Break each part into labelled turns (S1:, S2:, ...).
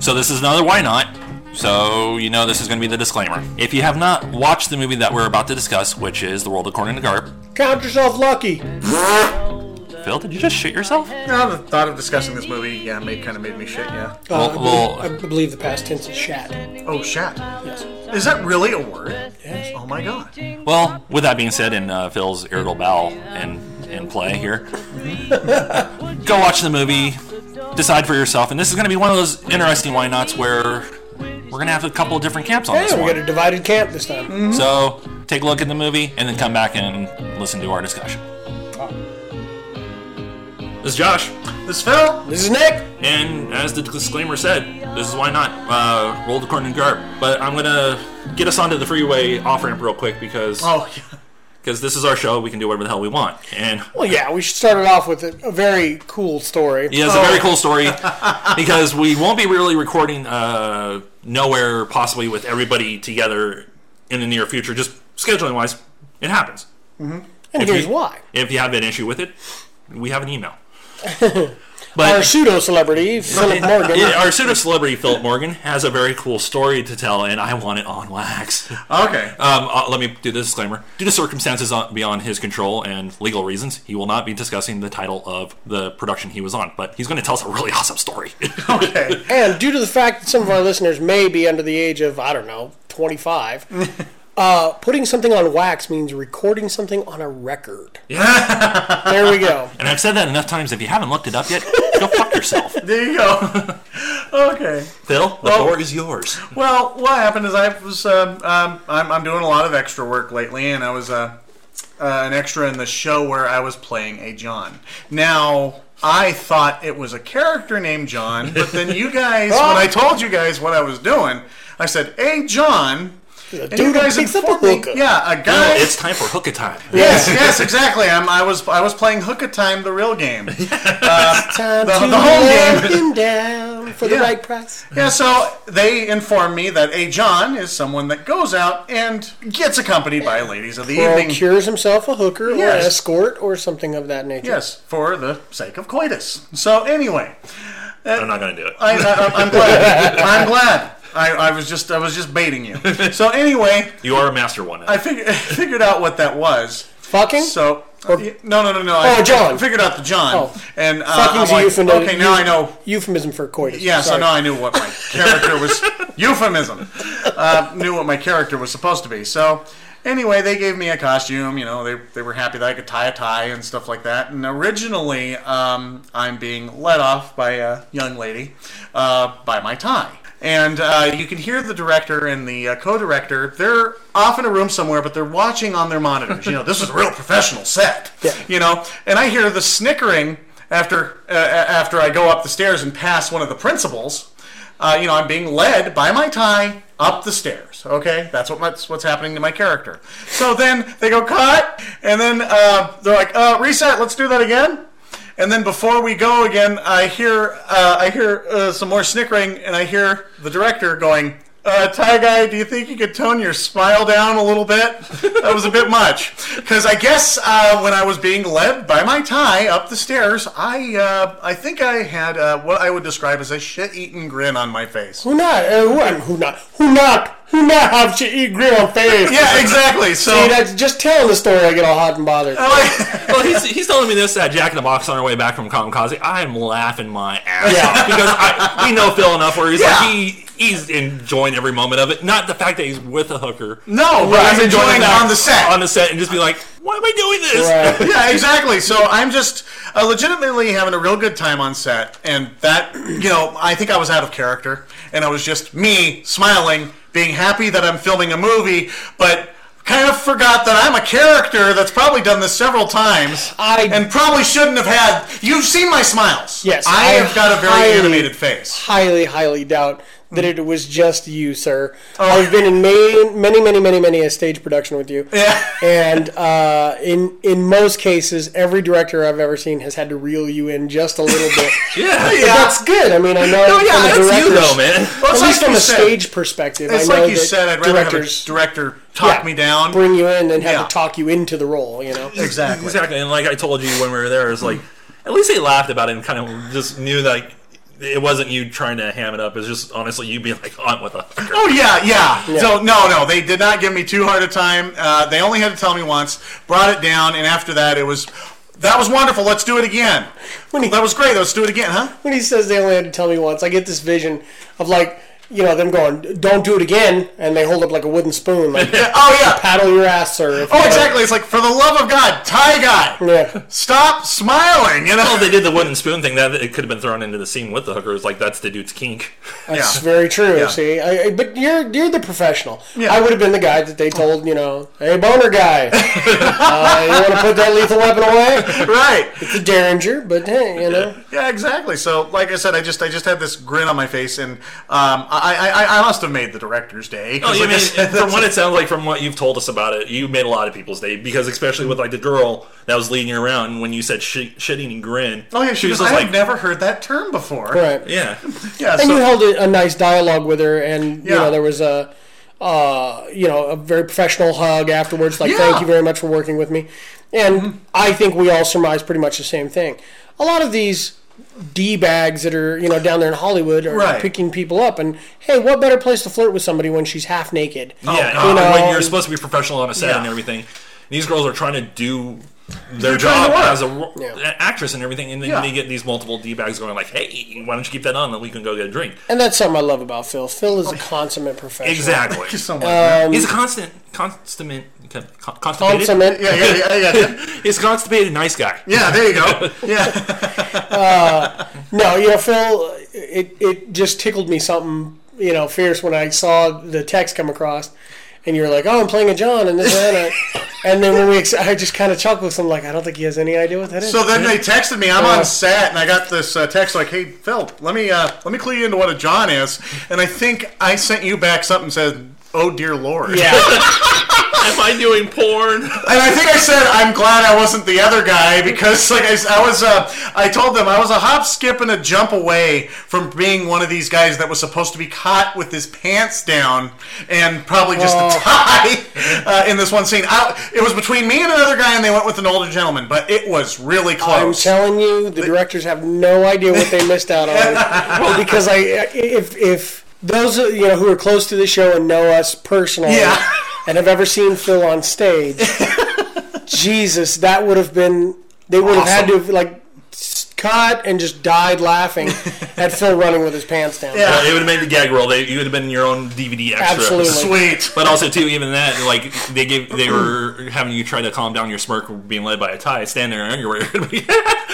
S1: So this is another Why Not. So you know this is going to be the disclaimer. If you have not watched the movie that we're about to discuss, which is The World According to Garp,
S2: Count yourself lucky.
S1: Phil, did you just shit yourself?
S2: Now, the thought of discussing this movie, yeah, made, kind of made me shit, yeah.
S1: Well, well-
S3: Uh, I believe the past tense is shat.
S2: Oh, shat.
S3: Yes.
S2: Is that really a word? Yes. Oh my god.
S1: Well, with that being said, and uh, Phil's irritable bowel in, in play here, go watch the movie, decide for yourself. And this is going to be one of those interesting why nots where we're going to have a couple of different camps on this
S3: Yeah, we
S1: one.
S3: got a divided camp this time.
S2: Mm,
S1: So take a look at the movie and then come back and listen to our discussion. This is Josh.
S2: This Phil?
S3: This is Nick.
S1: And as the disclaimer said, this is why not. Uh, roll the corn and garp. But I'm going to get us onto the freeway off ramp real quick because
S2: Oh, yeah.
S1: cause this is our show. We can do whatever the hell we want. And
S3: Well, yeah, we should start it off with a, a very cool story.
S1: Yeah, it's a very cool story because we won't be really recording uh, nowhere possibly with everybody together in the near future. Just scheduling wise, it happens.
S3: and
S1: If
S3: here's
S1: you-
S3: why.
S1: If you have an issue with it, we have an email.
S3: Our
S1: But
S3: pseudo celebrity, Philip Morgan.
S1: yeah, our pseudo celebrity Philip Morgan has a very cool story to tell, and I want it on wax.
S2: Okay.
S1: Um, uh, let me do the disclaimer. Due to circumstances on- beyond his control and legal reasons, he will not be discussing the title of the production he was on. But he's going to tell us a really awesome story.
S2: Okay.
S3: And due to the fact that some of our listeners may be under the age of, I don't know, 25, uh, putting something on wax means recording something on a record. there we go.
S1: And I've said that enough times. If you haven't looked it up yet, go fuck yourself.
S2: There you go. okay.
S1: Phil, the
S2: Well-
S1: floor is yours.
S2: Well, what happened is I was um, um, I'm, I'm doing a lot of extra work lately, and I was uh, uh, an extra in the show where I was playing a John. Now I thought it was a character named John, but then you guys, when I told you guys what I was doing, I said a John, and
S3: dude
S2: you
S3: who
S2: guys
S3: picks up a
S2: informed me,
S3: hookah.
S2: yeah, a guy.
S1: It's time for hookah time.
S2: Yes, yes, exactly. I'm, I was I was playing Hookah Time, the real game.
S3: Time
S2: The-
S3: to
S2: the whole
S3: let
S2: game.
S3: him down for the
S2: Yeah.
S3: right price.
S2: Yeah, so they inform me that a John is someone that goes out and gets accompanied by ladies of the
S3: Or
S2: evening.
S3: cures himself a hooker or an
S2: Yes.
S3: escort or something of that nature.
S2: Yes, for the sake of coitus. So anyway,
S1: I'm not going to do it.
S2: I, I, I'm glad. I'm glad. I, I was just I was just baiting you. So anyway,
S1: you are a master one.
S2: I figured figured out what that was.
S3: Fucking?
S2: So no no no no.
S3: Oh,
S2: I
S3: John.
S2: Figured out the John.
S3: Oh.
S2: And uh,
S3: Fucking's
S2: I'm
S3: a
S2: like,
S3: euphemism.
S2: okay, now I know
S3: Euphemism for coitus.
S2: Yeah, so
S3: Sorry.
S2: now I knew what my character was. euphemism. Uh, knew what my character was supposed to be. So anyway, they gave me a costume. You know, they, they were happy that I could tie a tie and stuff like that. And originally, um, I'm being led off by a young lady uh, by my tie. And uh, you can hear the director and the uh, co-director. They're off in a room somewhere, but they're watching on their monitors. You know, this is a real professional set. You know, and I hear the snickering after uh, after I go up the stairs and pass one of the principals, uh, you know, I'm being led by my tie up the stairs. Okay, that's what that's what's happening to my character. So then they go cut, and then uh, they're like, uh, reset. Let's do that again. And then before we go again, I hear uh, I hear uh, some more snickering, and I hear the director going, uh, "Tie guy, do you think you could tone your smile down a little bit? That was a bit much." Because I guess uh, when I was being led by my tie up the stairs, I uh, I think I had uh, what I would describe as a shit-eaten grin on my face.
S3: Who not? Uh, who, and who not? Who not? Who not have shit eat grill on face?
S2: Yeah, exactly.
S3: Dude,
S2: So. Uh,
S3: that's just telling the story, I get all hot and bothered.
S1: well, he's, he's telling me this at Jack in the Box on our way back from Kamikaze. I'm laughing my ass
S3: Yeah.
S1: off because I, we know Phil enough where he's
S2: Yeah.
S1: like he he's enjoying every moment of it. Not the fact that he's with a hooker.
S2: No, but
S1: He's
S2: I'm enjoying
S1: fact-
S2: on the set.
S1: on the set and just be like, why am I doing this?
S3: Right.
S2: yeah, exactly. So I'm just uh, legitimately having a real good time on set, and that you know, I think I was out of character, and I was just me smiling, being happy that I'm filming a movie, but kind of forgot that I'm a character that's probably done this several times.
S3: I-
S2: and probably shouldn't have had. You've seen my smiles.
S3: Yes,
S2: I,
S3: I
S2: have got a very
S3: highly-
S2: animated face.
S3: highly, highly doubt that it was just you, sir.
S2: Oh.
S3: I've been in many, many, many, many, many a stage production with you.
S2: Yeah.
S3: And uh, in in most cases, every director I've ever seen has had to reel you in just a little bit.
S1: Yeah,
S3: But That's good. I mean, I know from
S2: yeah, that's
S3: a
S2: you,
S1: you
S3: director's,
S1: though, man.
S2: Well,
S3: at
S2: it's
S3: least
S2: like
S3: from
S2: you
S3: a
S2: said.
S3: stage perspective,
S2: It's
S3: I know
S2: like you
S3: that
S2: said. I'd rather
S3: directors
S2: have a director talk
S3: yeah,
S2: me down.
S3: bring you in, and have
S2: Yeah.
S3: to talk you into the role. You know,
S2: Exactly.
S1: Exactly, and like I told you when we were there, it was like at least they laughed about it and kind of just knew that like, it wasn't you trying to ham it up. It's just honestly you being like on with a
S2: Oh yeah, yeah, So no, no, they did not give me too hard a time. Uh, they only had to tell me once. Brought it down, and after that, it was that was wonderful. Let's do it again.
S3: When he-
S2: that was great. Let's do it again, huh?
S3: when he says they only had to tell me once, I get this vision of like you know them going, "Don't do it again," and they hold up like a wooden spoon, like
S2: Yeah, oh yeah.
S3: paddle your ass, sir. if you
S2: Oh,
S3: don't-
S2: exactly. It's like for the love of God, Thai guy,
S3: Yeah.
S2: stop smiling. You know.
S1: Well, Oh, they did the wooden spoon thing. That it could have been thrown into the scene with the hookers. Like that's the dude's kink.
S3: That's
S2: Yeah.
S3: very true.
S2: Yeah.
S3: See, I, I- but you're you're the professional.
S2: Yeah.
S3: I would have been the guy that they told, you know, hey boner guy, uh, you want to put that lethal weapon away?
S2: Right.
S3: It's a derringer, but hey, you know,
S2: Yeah, exactly. So, like I said, I just I just had this grin on my face, and um, I, I- I I must have made the director's day. 'cause
S1: Oh, you
S2: like I
S1: mean,
S2: said,
S1: from what it sounds like, from what you've told us about it, you made a lot of people's day because, especially with like the girl that was leading you around when you said sh- shitting and grin.
S2: oh yeah,
S1: she
S2: she
S1: was
S2: was.
S1: just
S2: I've
S1: like,
S2: never heard that term before.
S3: right.
S1: yeah,
S2: Yeah.
S3: And
S2: so-
S3: you held a, a nice dialogue with her, and you
S2: Yeah.
S3: know there was a, uh, you know, a very professional hug afterwards, like
S2: Yeah. Mm-hmm.
S3: thank you very much for working with me. And I think we all surmise pretty much the same thing. A lot of these d bags that are you know down there in Hollywood are
S2: Right.
S3: picking people up, and hey, what better place to flirt with somebody when she's half naked?
S1: yeah.
S2: God.
S1: and when
S3: You know-
S1: you're supposed to be professional on a set
S2: Yeah.
S1: and everything, these girls are trying to do their job
S2: trying to work.
S1: as a ro-
S3: Yeah.
S1: an actress and everything, and then
S2: Yeah.
S1: they get these multiple d bags going like, "Hey, why don't you keep that on? Then we can go get a drink."
S3: And that's something I love about Phil. Phil is a consummate professional.
S1: Exactly.
S2: Thank you so much. man.
S1: He's a constant, constant, constipated.
S3: Consummate.
S2: yeah, yeah, yeah, yeah, yeah.
S1: He's a constipated, nice guy.
S2: Yeah, there you go. Yeah,
S3: No, you know, Phil, it, it just tickled me something, you know, fierce when I saw the text come across. And you were like, oh, I'm playing a John and this and that. and then when we, ex- I just kind of chuckled. So I'm like, I don't think he has any idea what that is.
S2: so then they texted me. I'm on set, and I got this uh, text like, "Hey, Phil, let me uh, let me clue you into what a John is." And I think I sent you back something said, "Oh dear Lord."
S3: yeah.
S1: Am I doing porn?
S2: And I think I said, "I'm glad I wasn't the other guy because like I, s- I was uh, I told them I was a hop, skip, and a jump away from being one of these guys that was supposed to be caught with his pants down and probably just a tie uh, in this one scene. I, it was between me and another guy, and they went with an older gentleman, but it was really
S3: I'm
S2: close.
S3: telling you, the directors have no idea what they missed out on. because I, if, if those, you know, who are close to the show and know us personally
S2: Yeah.
S3: and have ever seen Phil on stage, Jesus, that would have been, they would have had to have, like, s- cut and just died laughing at Phil running with his pants down.
S2: Yeah.
S1: Uh, it would have made the gag roll. They, you would have been in your own DVD extra.
S3: Absolutely.
S2: Sweet.
S1: But also too, even that, like they gave, they were having you try to calm down your smirk being led by a tie, stand there in underwear.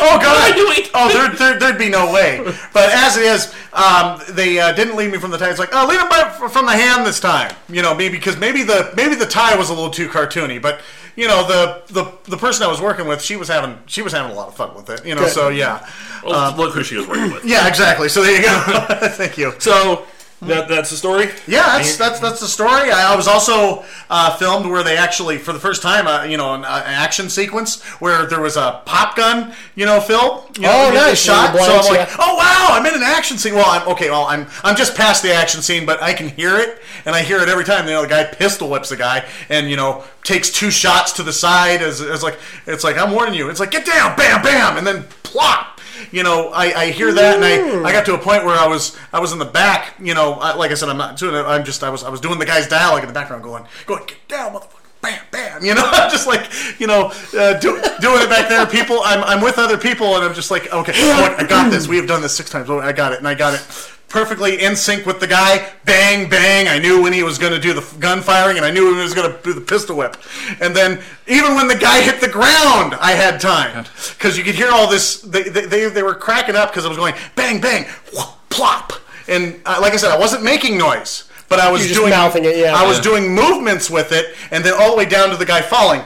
S2: Oh God!
S1: What am I doing?
S2: Oh, there, there, there'd be no way. But as it is, um, they uh, didn't lead me from the tie. It's like, oh, lead him by, from the hand this time. You know, maybe because maybe the maybe the tie was a little too cartoony. But you know, the the, the person I was working with, she was having she was having a lot of fun with it. You know, so yeah,
S1: Well, look who she was working with.
S2: yeah, exactly. So there you go. Thank you.
S1: So that, that's the story.
S2: Yeah, that's that's that's the story. I, I was also uh, filmed where they actually, for the first time, uh, you know, an, uh, an action sequence where there was a pop gun, you know, film. You know,
S3: Oh,
S2: you get
S3: nice,
S2: the Shot.
S3: in the
S2: so I'm
S3: blanks,
S2: like,
S3: yeah.
S2: oh wow, I'm in an action scene. Well, I'm okay. Well, I'm I'm just past the action scene, but I can hear it, and I hear it every time. You know, the guy pistol whips the guy, and you know, takes two shots to the side. As, as like, it's like I'm warning you. It's like get down, bam, bam, and then plop you know, I, I hear that, and I, I got to a point where I was I was in the back, you know, I, like I said, I'm not doing it. I'm just I was I was doing the guy's dialogue in the background, going going get down, motherfucker, bam, bam, you know, I'm just like you know uh, do, doing it back there. People, I'm I'm with other people, and I'm just like okay, oh, I- I got this. We have done this six times. Oh, I got it, and I got it. Perfectly in sync with the guy, bang bang. I knew when he was going to do the f- gun firing, and I knew when he was going to do the pistol whip. And then even when the guy hit the ground, I had time because you could hear all this. They they, they, they were cracking up because it was going bang bang wha- plop. And uh, like I said, I wasn't making noise, but I was
S3: You're just
S2: doing
S3: mouthing it, yeah.
S2: I was
S3: Yeah.
S2: doing movements with it, and then all the way down to the guy falling.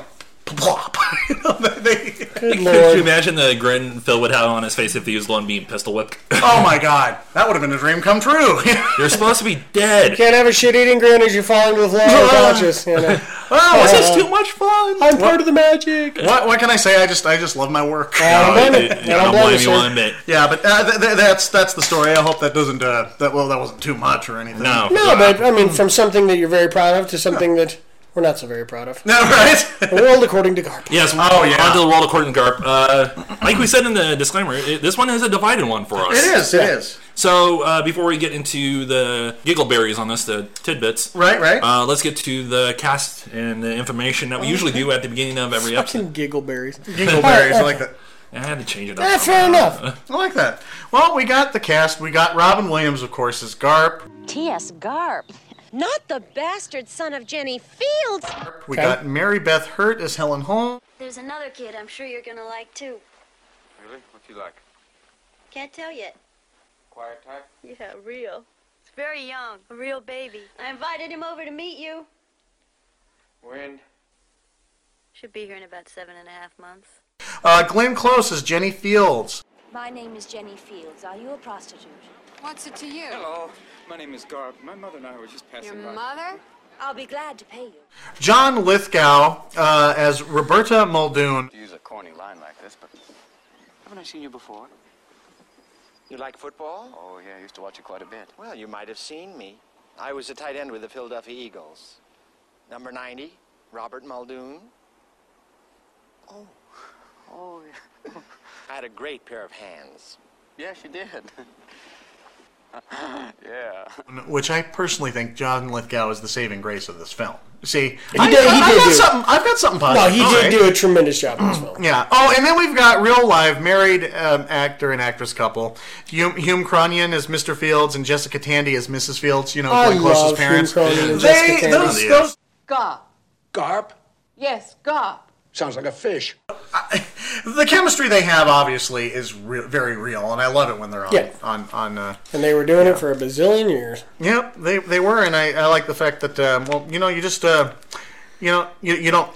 S2: Plop. You know, they- they-
S3: Good
S1: Could you
S3: lord.
S1: imagine the grin Phil would have on his face if he used one beam pistol whip?
S2: oh my god, that would have been a dream come true.
S1: You're supposed to be dead.
S3: Can't have a shit eating grin as you fall into the floor unconscious. You know.
S2: oh,
S1: This is too much fun.
S3: I'm part of the magic.
S2: what, what can I say? I just I just love my work.
S3: I don't blame
S1: Dude,
S3: it. I
S1: I
S3: don't
S1: Uh, don't
S3: blame it,
S1: blame you
S3: sir.
S1: one bit.
S2: Yeah, but uh, th- th- that's that's the story. I hope that doesn't uh, that well that wasn't too much or anything.
S1: No.
S3: No, but I mean, from something that you're very proud of to something that we're not so very proud of.
S2: no, right?
S3: The world according to Garp.
S1: Yes.
S2: Oh, yeah.
S1: Onto the world according to Garp. Uh, like we said in the disclaimer, it, this one is a divided one for us.
S2: it is. It is.
S1: So uh, before we get into the giggle berries on this, the tidbits.
S2: Right. Right.
S1: Uh, let's get to the cast and the information that we usually do at the beginning of every episode.
S3: Fucking giggleberries.
S2: Uh, Dingleberries. I like that.
S1: I had to change it up. Uh,
S3: That's fair enough.
S2: I like that. Well, we got the cast. We got Robin Williams, of course, as Garp.
S4: T.S. Garp. Not the bastard son of Jenny Fields.
S2: We
S3: Okay.
S2: got Mary Beth Hurt as Helen Holmes.
S5: There's another kid I'm sure you're gonna like too.
S6: Really? What's he like?
S5: Can't tell yet.
S6: Quiet type?
S5: Yeah, real. It's very young, a real baby. I invited him over to meet you.
S6: When?
S5: Should be here in about seven and a half months.
S2: Uh, Glenn Close as Jenny Fields.
S7: My name is Jenny Fields. Are you a prostitute?
S8: What's it to you?
S6: Hello. My name is Garb. My mother and I were just passing
S8: Your
S6: by.
S8: mother?
S7: I'll be glad to pay you.
S2: John Lithgow uh, as Roberta Muldoon.
S6: To use a corny line like this, but haven't I seen you before? You like football? Oh, yeah, I used to watch it quite a bit.
S9: Well, you might have seen me. I was a tight end with the Philadelphia Eagles. Number 90, Robert Muldoon.
S6: Oh,
S9: I had a great pair of hands.
S6: yeah. yes, you did. yeah.
S2: which I personally think John Lithgow is the saving grace of this film. See, he
S3: did- he
S2: I've
S3: did
S2: got
S3: do-
S2: something. I've got something
S3: No,
S2: positive.
S3: he did do a tremendous job in this film.
S2: Yeah. Oh, and then we've got real live married um, actor and actress couple. Hume, Hume Cronion is Mr. Fields and Jessica Tandy is Mrs. Fields. You know,
S3: I
S2: Glenn Close's
S3: love Hume
S2: parents.
S3: Cronin and Jessica
S2: They,
S3: Tandy.
S2: those, those,
S10: Garp.
S9: Garp?
S10: Yes, Garp.
S9: Sounds like a fish.
S2: the chemistry they have obviously is re- very real, and I love it when they're on
S3: Yeah.
S2: on on. Uh,
S3: And they were doing it for a bazillion years.
S2: Yep, they, they were, and I, I like the fact that um, well, you know, you just uh, you know, you, you don't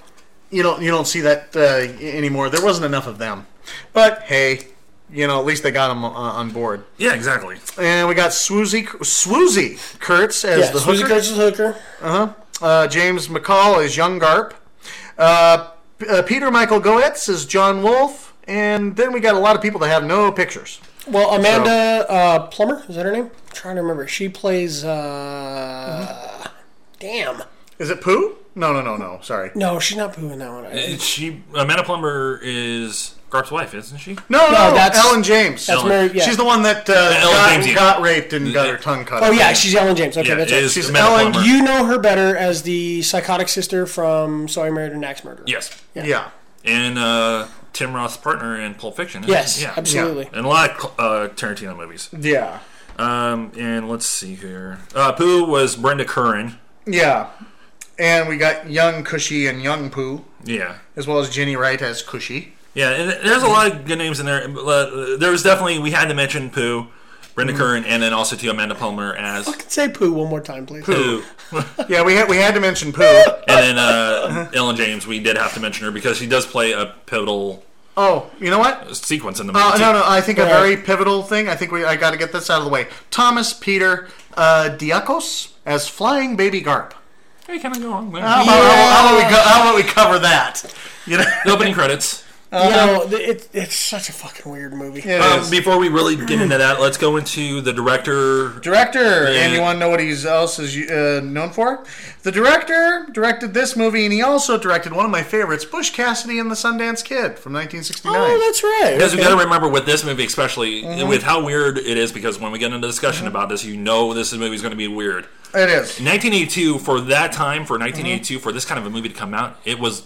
S2: you don't you don't see that uh, y- anymore. There wasn't enough of them, but hey, you know, at least they got them on, on board.
S1: Yeah, exactly.
S2: And we got Swoozy Swoozy Kurtz as
S3: Yeah,
S2: the
S3: Susie
S2: hooker.
S3: Kurtz is hooker.
S2: Uh, James McCall as Young Garp. Uh, P- uh, Peter Michael Goetz as John Wolfe. And then we got a lot of people that have no pictures.
S3: Well, Amanda uh, Plummer, is that her name? I'm trying to remember. She plays. Uh, Damn.
S2: Is it Pooh? No, no, no, no. Sorry.
S3: No, she's not pooing that one. That's
S1: She Amanda Plumber is Garp's wife, isn't she?
S2: No, no,
S3: that's-
S2: that's Ellen James.
S1: Ellen.
S3: Mary. Yeah.
S2: She's the one that uh,
S1: Ellen
S2: got,
S1: James, yeah.
S2: got raped and got her tongue cut.
S3: Oh yeah, she's Ellen James. Okay,
S1: Yeah,
S3: that's
S1: it
S3: right.
S1: is
S2: She's
S1: Amanda
S2: Ellen-
S1: Plumber.
S3: You know her better as the psychotic sister from So I Married an Axe Murderer.
S1: yes.
S2: yeah.
S1: And uh, Tim Roth's partner in Pulp Fiction. Isn't
S3: Yes,
S1: it? Yeah.
S3: absolutely.
S1: And a lot of uh, Tarantino movies.
S2: Yeah.
S1: Um, and let's see here. Uh, Pooh was Brenda Curran.
S2: Yeah. And we got young Cushy and young Pooh,
S1: Yeah.
S2: as well as Jenny Wright as Cushy.
S1: Yeah, and there's a lot of good names in there. Uh, there was definitely we had to mention Pooh,
S2: Mm-hmm.
S1: Brenda Curran, and then also to Amanda Palmer as
S3: Say poo one more time, please.
S1: Pooh,
S2: Yeah, we had we had to mention Pooh.
S1: and then uh, Ellen James. We did have to mention her because she does play a pivotal
S2: oh, you know what?
S1: sequence in the movie.
S2: Uh,
S1: too.
S2: no, no. I think a
S3: Right.
S2: very pivotal thing. I think we I got to get this out of the way. Thomas Peter uh, Diakos as Flying Baby Garp.
S1: Hey, can I go on?
S2: How
S3: Oh,
S2: about, how, about we co- how about we cover that? You know.
S1: The opening credits.
S3: You know, th- it, it's such a fucking weird movie.
S1: Um, before we really get into that, let's go into the director.
S2: Director, and
S1: Yeah.
S2: you want to know what he's else is uh, known for? The director directed this movie, and he also directed one of my favorites, Bush Cassidy and the Sundance Kid from 1969.
S3: Oh, that's right.
S1: Because we
S3: Okay.
S1: got to remember with this movie, especially
S2: Mm-hmm.
S1: with how weird it is, because when we get into discussion about this, you know this movie is going to be weird.
S2: it is.
S1: 1982 for that time for 1982
S2: Mm-hmm.
S1: for this kind of a movie to come out it was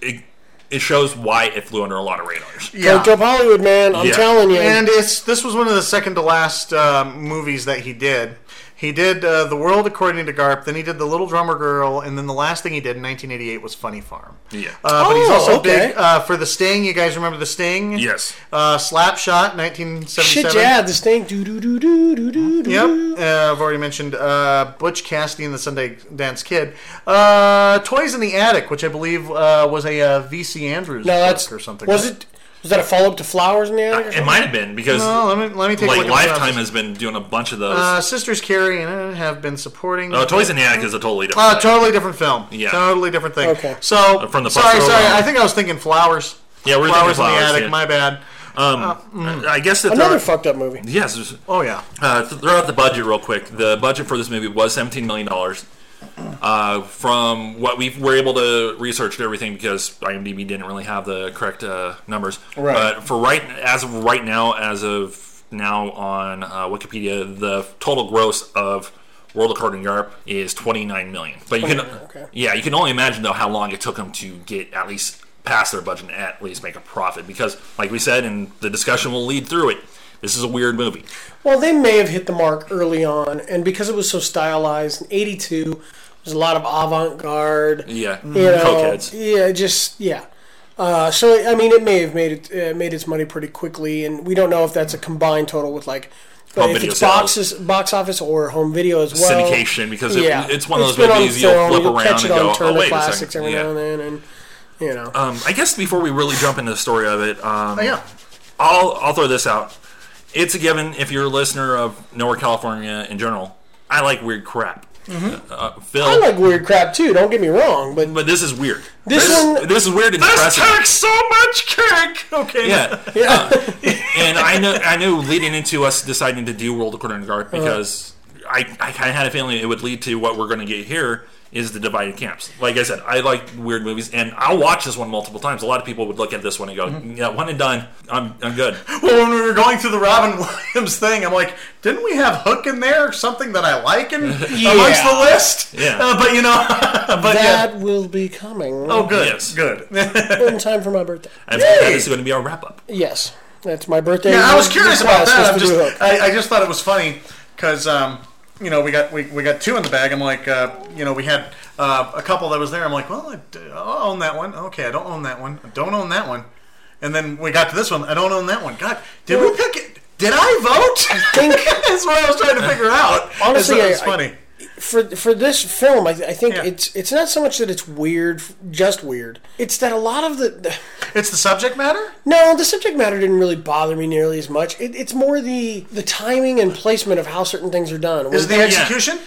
S1: it, it shows why it flew under a lot of radars
S2: Yeah.
S3: Joe Hollywood, man, I'm
S1: Yeah.
S3: telling you.
S2: And it's this was one of the second to last um, movies that he did. He did uh, The World According to Garp, then he did The Little Drummer Girl, and then the last thing he did in 1988 was Funny Farm.
S1: Yeah.
S2: Uh, but he's
S3: Oh,
S2: also
S3: okay.
S2: big uh, for The Sting. You guys remember The Sting?
S1: Yes.
S2: Uh, Slapshot, 1977.
S3: Shit, yeah, this thing. Do, do, do, do, do, do, do.
S2: Yep, uh, I've already mentioned uh, Butch Cassidy and the Sunday Dance Kid. Uh, Toys in the Attic, which I believe uh, was a uh, VC Andrews
S3: No,
S2: book
S3: that's.
S2: or something.
S3: Was it. Was that a follow up to Flowers in the Attic? or
S1: It might have been because
S2: No, let me let me take a
S1: like
S2: look. at the
S1: Lifetime
S2: synopsis.
S1: has been doing a bunch of those.
S2: uh, Sisters Carrie and uh, have been supporting.
S1: no, Toys in the Attic is a totally different.
S2: Uh,
S1: thing.
S2: totally different film.
S1: Yeah. Uh,
S2: Totally different thing.
S3: Okay.
S2: So
S1: from the
S2: sorry,
S1: Buffalo
S2: sorry.
S1: Wild
S2: I think I was thinking flowers.
S1: Yeah, we're
S2: flowers
S1: thinking
S2: in the
S1: Flowers,
S2: attic.
S1: yeah.
S2: My bad. uh, mm.
S1: um, I guess that
S3: Another
S1: there,
S3: fucked up movie.
S1: yes. there's-
S2: Oh yeah.
S1: Uh, to throw out the budget real quick. The budget for this movie was seventeen million dollars. Uh, from what we were able to research and everything, because IMDb didn't really have the correct uh, numbers.
S3: Right.
S1: But for right as of right now, as of now on uh, Wikipedia, the total gross of World According to Garp is twenty nine million. But you can,
S3: 29, okay.
S1: yeah, you can only imagine though how long it took them to get at least past their budget and at least make a profit. Because, like we said, and the discussion will lead through it. This is a weird movie.
S3: Well, they may have hit the mark early on, and because it was so stylized in '82, there's a lot of avant-garde.
S1: Yeah, Mm-hmm.
S3: you know,
S1: cokeheads.
S3: yeah, just yeah. Uh, so I mean, it may have made it uh, made its money pretty quickly, and we don't know if that's a combined total with like uh,
S1: Home
S3: if
S1: video
S3: it's
S1: sales.
S3: boxes, box office or home video as well.
S1: syndication because it,
S3: Yeah.
S1: it's one of those
S3: been on
S1: movies you'll
S3: film,
S1: flip around
S3: catch
S1: and
S3: it on
S1: go,
S3: Turner
S1: oh wait a
S3: Classics
S1: second.
S3: every now
S1: Yeah.
S3: and then, and you know,
S1: Um, I guess before we really jump into the story of it, um,
S2: Oh, yeah.
S1: I'll I'll throw this out. It's a given if you're a listener of Nowhere California in general. I like weird crap. Uh, Phil,
S3: I like weird crap too. Don't get me wrong, but
S1: but this is weird.
S3: This one-
S1: this is weird and depressing.
S2: so much cake. Okay.
S1: yeah. Uh, and I know I knew leading into us deciding to do World According to Garp
S3: Uh-huh.
S1: because I, I kind of had a feeling it would lead to what we're going to get here is the divided camps. Like I said, I like weird movies, and I'll watch this one multiple times. A lot of people would look at this one and go,
S3: Mm-hmm.
S1: "Yeah, one and done. I'm I'm good."
S2: Well, when we were going through the Robin Williams thing, I'm like, didn't we have Hook in there? Something that I like in amongst the list.
S1: Yeah.
S2: Uh, but you know, but
S1: uh,
S2: yeah.
S3: that will be coming
S2: Oh, good.
S1: Yes.
S2: Good. yeah,
S3: in time for my birthday.
S1: And that is going to be our wrap up.
S3: Yes, that's my birthday.
S2: I was curious about
S3: Class
S2: that.
S3: was
S2: I'm
S3: to
S2: just,
S3: do Hook.
S2: I, I just thought it was funny because, um, you know, we got we, we got two in the bag. I'm like, uh, you know, we had uh, a couple that was there. I'm like, well, I d- I'll own that one. Okay, I don't own that one. I don't own that one. And then we got to this one. I don't own that one. God, did we pick it? Did I vote?
S3: think-
S2: that's what I was trying to figure out.
S3: Honestly,
S2: It's- it's
S3: I- I-
S2: funny.
S3: for for this film, I, I think
S2: Yeah.
S3: it's it's not so much that it's weird, just weird. It's that a lot of the, the
S2: It's the subject matter.
S3: no, the subject matter didn't really bother me nearly as much. It, it's more the the timing and placement of how certain things are done.
S2: Is it the execution?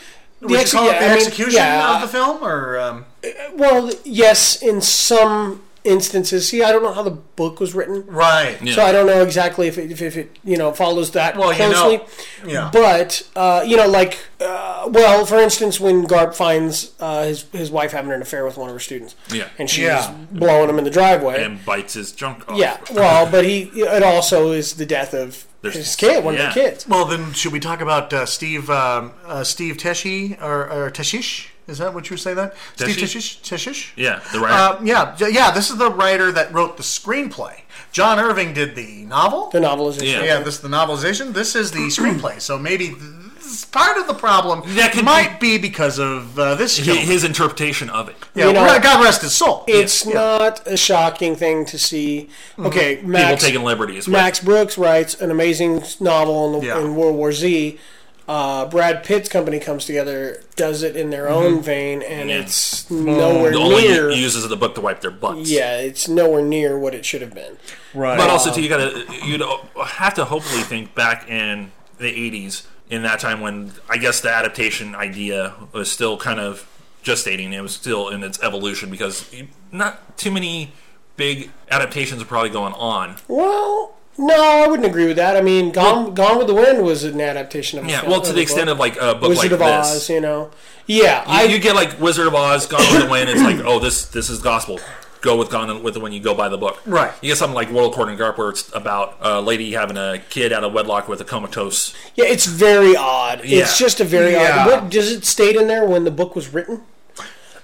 S2: Would
S3: ex-
S2: you call
S3: yeah,
S2: it the
S3: I mean,
S2: execution
S3: yeah.
S2: of the film, or um,
S3: well, yes, in some instances. See, I don't know how the book was written.
S2: right?
S3: So I don't know exactly if it, if, if it you know follows that
S2: Well, you
S3: closely.
S2: know- yeah.
S3: But uh, you know, like, uh, well, for instance, when Garp finds uh, his his wife having an affair with one of her students,
S1: Yeah.
S3: and she's
S2: Yeah.
S3: blowing him in the driveway.
S1: And bites his junk off.
S3: yeah, well, but he it also is the death of
S1: There's-
S3: his kid, one
S1: yeah.
S3: of the kids.
S2: Well, then should we talk about uh, Steve um, uh, Steve Teshi or, or Teshish? Is that what you say that? Steve
S1: Teshish?
S2: Teshish. Teshish.
S1: yeah, the writer.
S2: Uh, yeah, j- yeah. This is the writer that wrote the screenplay. John Irving did the novel.
S3: The novelization.
S1: Yeah.
S2: yeah, this is the novelization. This is the screenplay. So maybe this part of the problem
S1: That could
S2: might be, because of uh, this.
S1: Hi-
S2: gentleman.
S1: his interpretation of it.
S2: yeah,
S3: You know,
S2: well, God rest his soul.
S3: It's
S2: Yeah.
S3: not a shocking thing to see. Okay,
S1: People
S3: Max,
S1: taking liberties. with-
S3: Max Brooks writes an amazing novel in, the,
S2: Yeah.
S3: in World War Z. Uh, Brad Pitt's company comes together, does it in their
S2: Mm-hmm.
S3: own vein, and
S1: Yeah.
S3: it's nowhere
S1: The only
S3: near.
S1: uses the book to wipe their butts.
S3: yeah, it's nowhere near what it should have been.
S2: right.
S1: But also, too, you gotta you'd have to hopefully think back in the '80s, in that time when I guess the adaptation idea was still kind of gestating. It was still in its evolution because not too many big adaptations are probably going on.
S3: Well, no, I wouldn't agree with that. I mean, Gone, Gone with the Wind was an adaptation of a
S1: Yeah,
S3: film-
S1: well, to
S3: of
S1: the
S3: a
S1: extent
S3: book.
S1: of like a book like
S3: Wizard of Oz,
S1: this,
S3: you know. Yeah,
S1: I,
S3: I
S1: you get like Wizard of Oz, Gone with the Wind. It's like, oh, this this is gospel. Go with Gone with the Wind. You go by the book.
S2: Right.
S1: You get something like World Court and Garp, where it's about a lady having a kid out of wedlock with a comatose.
S3: yeah, it's very odd. It's
S1: Yeah.
S3: just a very
S2: Yeah.
S3: odd. What does it state in there when the book was written?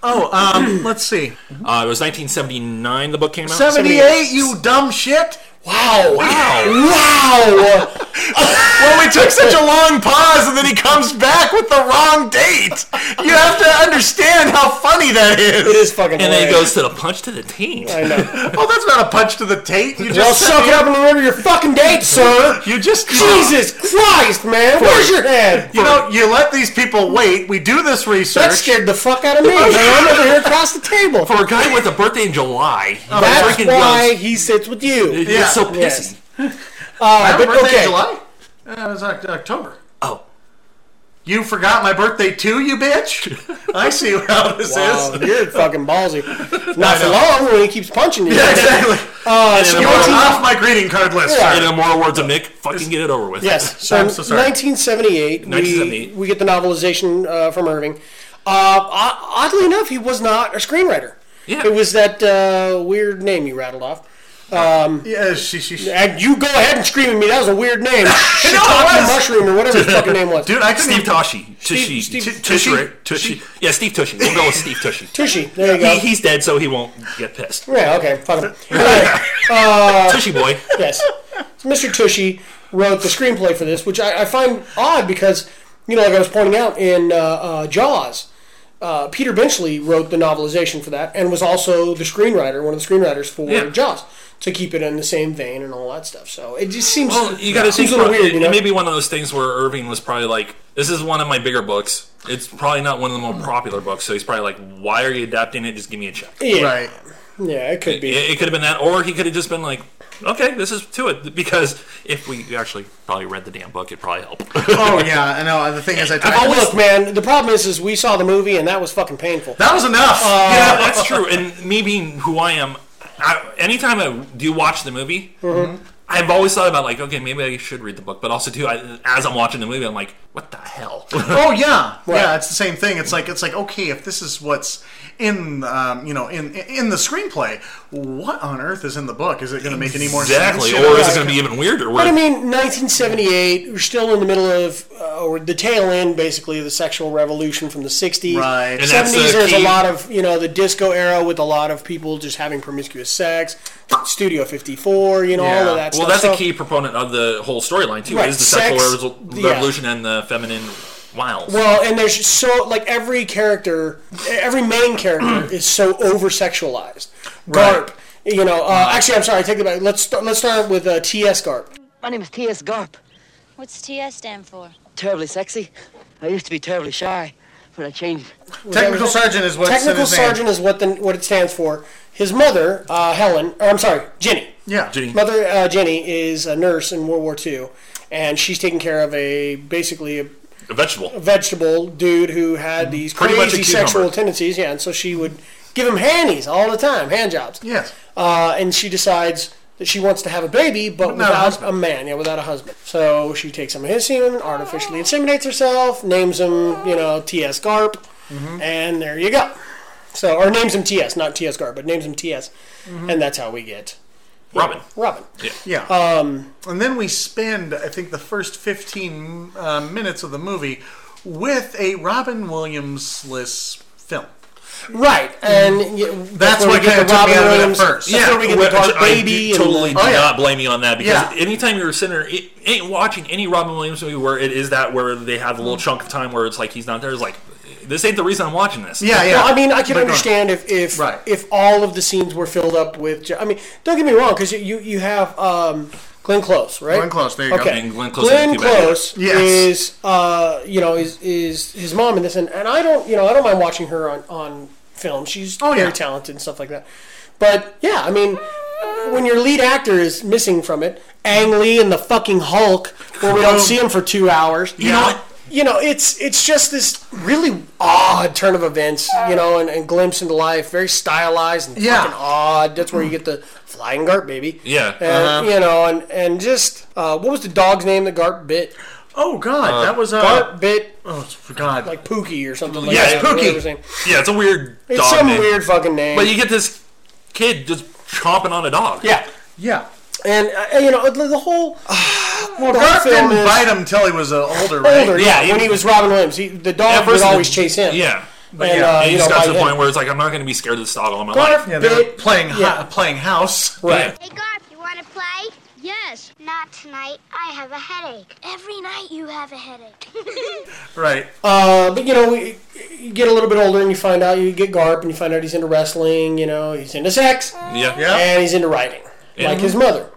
S2: oh, um, let's see.
S1: Uh, it was 1979. The book came out.
S2: 78, you dumb shit.
S3: Wow!
S1: Wow.
S3: Wow!
S2: Well, we I took such a long pause, and then he comes back with the wrong date. You have to understand how funny that
S3: It
S2: is.
S3: is fucking.
S1: And then he
S3: hilarious.
S1: goes to the punch to the taint.
S3: I know.
S2: Oh, that's not a punch to the taint. You
S3: Well,
S2: just
S3: suck it up and remember your fucking date, sir.
S2: you just
S3: Jesus Christ, man, where's your head?
S2: You know, you let these people wait. We do this research.
S3: That scared the fuck out of me. man. I'm over here across the table.
S1: For a guy with a birthday in July,
S2: Oh,
S1: he
S3: That's
S1: freaking
S3: why
S1: goes-
S3: he sits with you.
S1: It's
S2: Yeah.
S1: so pissy.
S3: Yes. Uh,
S2: My
S3: but
S2: birthday in
S3: okay.
S2: July? Uh, it was Oct- October.
S1: Oh,
S2: You forgot my birthday too, you bitch? I see how this
S3: Wow,
S2: is.
S3: you're fucking ballsy. Not for long when he keeps punching you.
S2: Yeah, exactly.
S3: Uh, so
S2: You
S3: you want
S2: are
S3: to-
S2: off my greeting card list.
S3: Yeah.
S1: in the moral words of Nick, fucking get it over with.
S3: Yes. So,
S2: I'm so sorry.
S3: 1978, we,
S1: 1978.
S3: we get the novelization uh, from Irving. Uh, o- oddly enough, he was not a screenwriter.
S1: Yeah.
S3: It was that uh, weird name you rattled off.
S2: Yeah, she, she, she.
S3: And you go ahead and scream at me. That was a weird name.
S2: it
S3: Shiitake
S2: was.
S3: mushroom or whatever his fucking name was.
S2: Dude, I couldn't
S1: Steve Toshi. Tushy.
S3: Steve- Steve-
S1: Tushy.
S2: Tushy?
S1: right? Tushy. Yeah, Steve Tushy. We'll go with Steve Tushy.
S3: Tushy. There you go.
S1: He, he's dead, so he won't get pissed.
S3: yeah. Okay. Fuck him.
S1: Tushy boy.
S3: Yes. So Mr. Tushy wrote the screenplay for this, which I, I find odd because, you know, like I was pointing out in uh, uh, Jaws, uh, Peter Benchley wrote the novelization for that and was also the screenwriter, one of the screenwriters for
S1: Yeah.
S3: Jaws, to keep it in the same vein and all that stuff. So it just seems,
S1: Well, you got to
S3: seems
S1: think
S3: a little
S1: about it.
S3: weird, you know?
S1: It may be one of those things where Irving was probably like, "This is one of my bigger books. It's probably not one of the
S3: Hmm.
S1: more popular books." So he's probably like, "Why are you adapting it? Just give me a check." It,
S3: yeah.
S2: Right.
S3: yeah, it could be.
S1: it could have been that, or he could have just been like, "Okay, this is to it." Because if we actually probably read the damn book, it probably helped.
S2: Oh, yeah, I know. The thing is, I
S3: Oh,
S2: tried.
S3: look, man, the problem is, is we saw the movie and that was fucking painful.
S2: That was enough.
S3: Uh,
S1: yeah, that's true. And me being who I am, I, anytime I do watch the movie,
S3: Mm-hmm.
S1: I've always thought about like, okay, maybe I should read the book, but also too, I, as I'm watching the movie, I'm like, what the hell?
S2: Oh yeah, yeah. It's the same thing. It's like it's like okay, if this is what's in um, you know in in the screenplay, what on earth is in the book? Is it going to make any more
S1: exactly.
S2: sense?
S1: Or is it going to be even weirder?
S3: But I
S1: Where,
S3: mean, 1978. We're still in the middle of, uh, or the tail end, basically, of the sexual revolution from the 60s.
S2: Right. And
S1: that's
S3: 70s.
S1: the
S3: There's a
S1: key-
S3: lot of you know the disco era with a lot of people just having promiscuous sex. Studio 54. You know all
S2: Yeah.
S3: of that.
S1: well,
S3: stuff.
S1: that's
S3: So-
S1: a key proponent of the whole storyline too.
S3: Right,
S1: Is the
S3: sex,
S1: sexual revo-
S3: yeah.
S1: revolution and the feminine wiles?
S3: Well, and there's so like every character, every main character is so over sexualized. Garp. You know, uh, actually, I'm sorry. I take it back. Let's start, let's start with uh, T.S. Garp.
S4: My name is T.S. Garp.
S7: What's TS stand for?
S4: Terribly sexy. I used to be terribly shy, but I changed.
S2: Technical sergeant is what's in
S3: Technical
S2: his
S3: sergeant is what the what it stands for. His mother, uh, Helen, or I'm sorry, Jenny.
S2: Name. Yeah.
S1: Jenny.
S3: Mother uh, Jenny is a nurse in World War II, and she's taking care of a basically a
S1: a vegetable.
S3: vegetable dude who had these
S1: Pretty much a
S3: crazy
S1: cucumber.
S3: sexual tendencies. Yeah, and so she would give him handies all the time, hand jobs.
S2: Yes.
S3: Uh, and she decides that she wants to have a baby, but
S2: not a
S3: without a,
S2: husband.
S3: man, yeah, without a husband. So she takes some of his semen, artificially inseminates herself, names him, you know, T.S. Garp,
S2: Mm-hmm.
S3: and there you go. So, or names him T.S., not T.S. Garp, but names him T.S.,
S2: Mm-hmm.
S3: and that's how we get
S1: Robin.
S3: Robin.
S2: Yeah. Um, and then we spend, I think, the first 15 uh, minutes of the movie with a Robin Williams-less film.
S3: Right, and y-
S2: Mm-hmm. That's
S3: where
S2: what
S3: we get
S2: kinda
S3: the
S2: took
S3: Robin
S2: me out of it at
S3: Williams-
S2: first.
S3: That's where we get the
S1: which
S3: Dark
S1: I
S3: Baby.
S1: do
S3: and the-
S1: totally do
S2: Oh, yeah.
S1: not blame you on that because
S2: Yeah.
S1: anytime you're sitting there, it, ain't watching any Robin Williams movie where it is that where they have a
S3: Mm.
S1: little chunk of time where it's like he's not there. It's like this ain't the reason I'm watching this.
S2: Yeah, yeah.
S3: Well, I mean, I can
S2: But go on.
S3: understand if if,
S2: Right.
S3: if all of the scenes were filled up with. Jo- I mean, don't get me wrong, because you you have um, Glenn Close, right?
S2: Glenn Close, there you go.
S3: okay.
S1: And
S3: Glenn
S1: Glenn
S3: Close,
S1: Close and Cuba.
S2: Yes.
S3: is uh, you know is is his mom in this, and, and I don't you know I don't mind watching her on on film. She's
S2: Oh, yeah.
S3: very talented and stuff like that. But yeah, I mean. When your lead actor is missing from it, Ang Lee and the fucking Hulk, where we don't see him for two hours, you
S2: know
S3: know,
S2: what?
S3: you know, it's it's just this really odd turn of events, you know, and, and glimpse into life, very stylized and
S2: Yeah.
S3: fucking odd. That's where you get the flying Garp baby.
S1: Yeah.
S2: Uh-huh.
S3: and, you know, and and just uh, what was the dog's name that Garp bit?
S2: Oh, God.
S1: Uh,
S2: that was a...
S3: Garp bit
S2: oh, God.
S3: like Pookie or something like
S1: Yes,
S3: that.
S1: Pookie.
S3: whatever his name.
S1: Yeah, it's a weird
S3: It's
S1: dog
S3: some
S1: name.
S3: weird fucking name.
S1: But you get this kid just chomping on a dog.
S3: yeah,
S2: yeah.
S3: and uh, you know the the whole. well, the whole
S2: Garth
S3: film
S2: didn't
S3: is
S2: bite him till he was uh, older, right?
S3: older.
S1: Yeah,
S3: Yeah, when
S1: he-
S3: he was Robin Williams, he, the
S1: At
S3: dog would
S1: first the-
S3: always chase him.
S1: Yeah. But
S3: and,
S1: yeah,
S3: uh,
S1: and
S3: you
S1: you just
S3: know,
S1: got to
S3: bite
S1: the
S3: him.
S1: point where it's like I'm not going to be scared of this dog all my life.
S3: Garp
S2: Yeah, they were
S3: bit
S2: playing, hi-
S3: yeah.
S2: playing house.
S3: right.
S5: Hey, Garf, you want to play? Yes.
S4: this.
S8: Not tonight. I have a headache. Every night you have a headache.
S2: Right.
S3: Uh, but you know, we- you get a little bit older and you find out you get Garp and you find out he's into wrestling. You know, he's into sex
S1: Yeah.
S2: Yeah.
S3: and he's into writing, like his mother.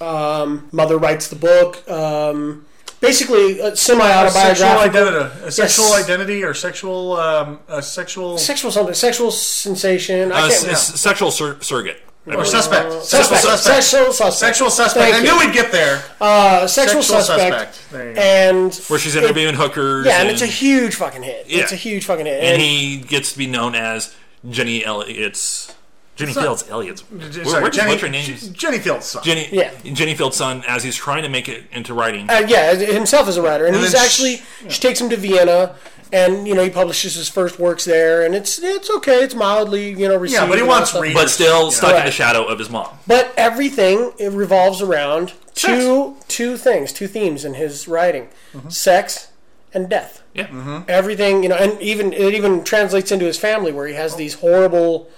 S3: Um, mother writes the book. Um, basically, uh, semi
S2: Sexual
S3: autobiographical.
S2: identity, a sexual identity, or sexual, um, a sexual,
S3: Sexual something, sexual sensation.
S1: Uh,
S3: I
S1: s-
S3: can't.
S1: s- sexual sur- surrogate. I
S2: or
S1: believe.
S2: suspect.
S3: Suspect,
S2: Sexual suspect.
S3: sexual suspect.
S2: Sexual suspect. I
S3: Thank
S2: knew
S3: you.
S2: we'd get there.
S3: Uh, sexual,
S2: Sexual
S3: suspect.
S2: suspect. There you go.
S3: And
S1: Where she's interviewing hookers.
S3: yeah, and it's a huge fucking hit. It's a
S1: Yeah.
S3: huge fucking hit.
S1: and he gets to be known as Jenny Elliott's. Jenny Fields Elliott's.
S2: J-
S1: we're, we're just
S2: Jenny,
S1: butchering names.
S2: J- Jenny Fields. son.
S1: Jenny,
S3: Yeah.
S1: Jenny Fields' son, as he's trying to make it into writing.
S3: uh, yeah, himself as a writer, and,
S2: And
S3: he's
S2: then sh-
S3: actually she takes him to Vienna, and you know he publishes his first works there, and it's it's okay, it's mildly you know received.
S2: Yeah, but he
S3: and
S2: wants
S3: all that
S2: readers.
S3: stuff.
S1: But still stuck in
S3: Right.
S1: the shadow of his mom.
S3: But everything it revolves around two two things, two themes in his writing:
S2: Mm-hmm.
S3: sex and death.
S1: Yeah.
S3: Everything you know, and even it even translates into his family where he has these horrible.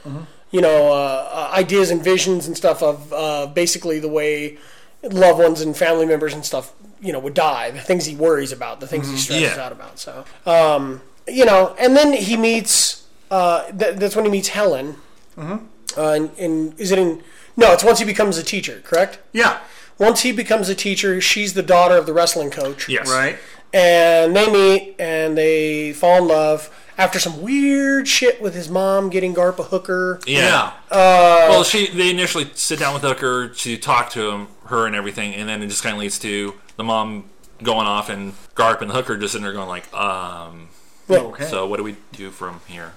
S3: You know, uh, uh, ideas and visions and stuff of uh, basically the way loved ones and family members and stuff, you know, would die. The things he worries about, the things he stresses
S1: Yeah.
S3: out about. So, um, you know, and then he meets. Uh, th- that's when he meets Helen. Uh, and, and is it in? No, it's once he becomes a teacher. Correct.
S2: Yeah.
S3: Once he becomes a teacher, she's the daughter of the wrestling coach.
S1: Yes.
S2: Right.
S3: And they meet and they fall in love after some weird shit with his mom getting Garp a hooker.
S1: Yeah. well, she they initially sit down with Hooker to talk to him, her and everything, and then it just kind of leads to the mom going off and Garp and Hooker just sitting there going like, um,
S2: Okay.
S1: so what do we do from here?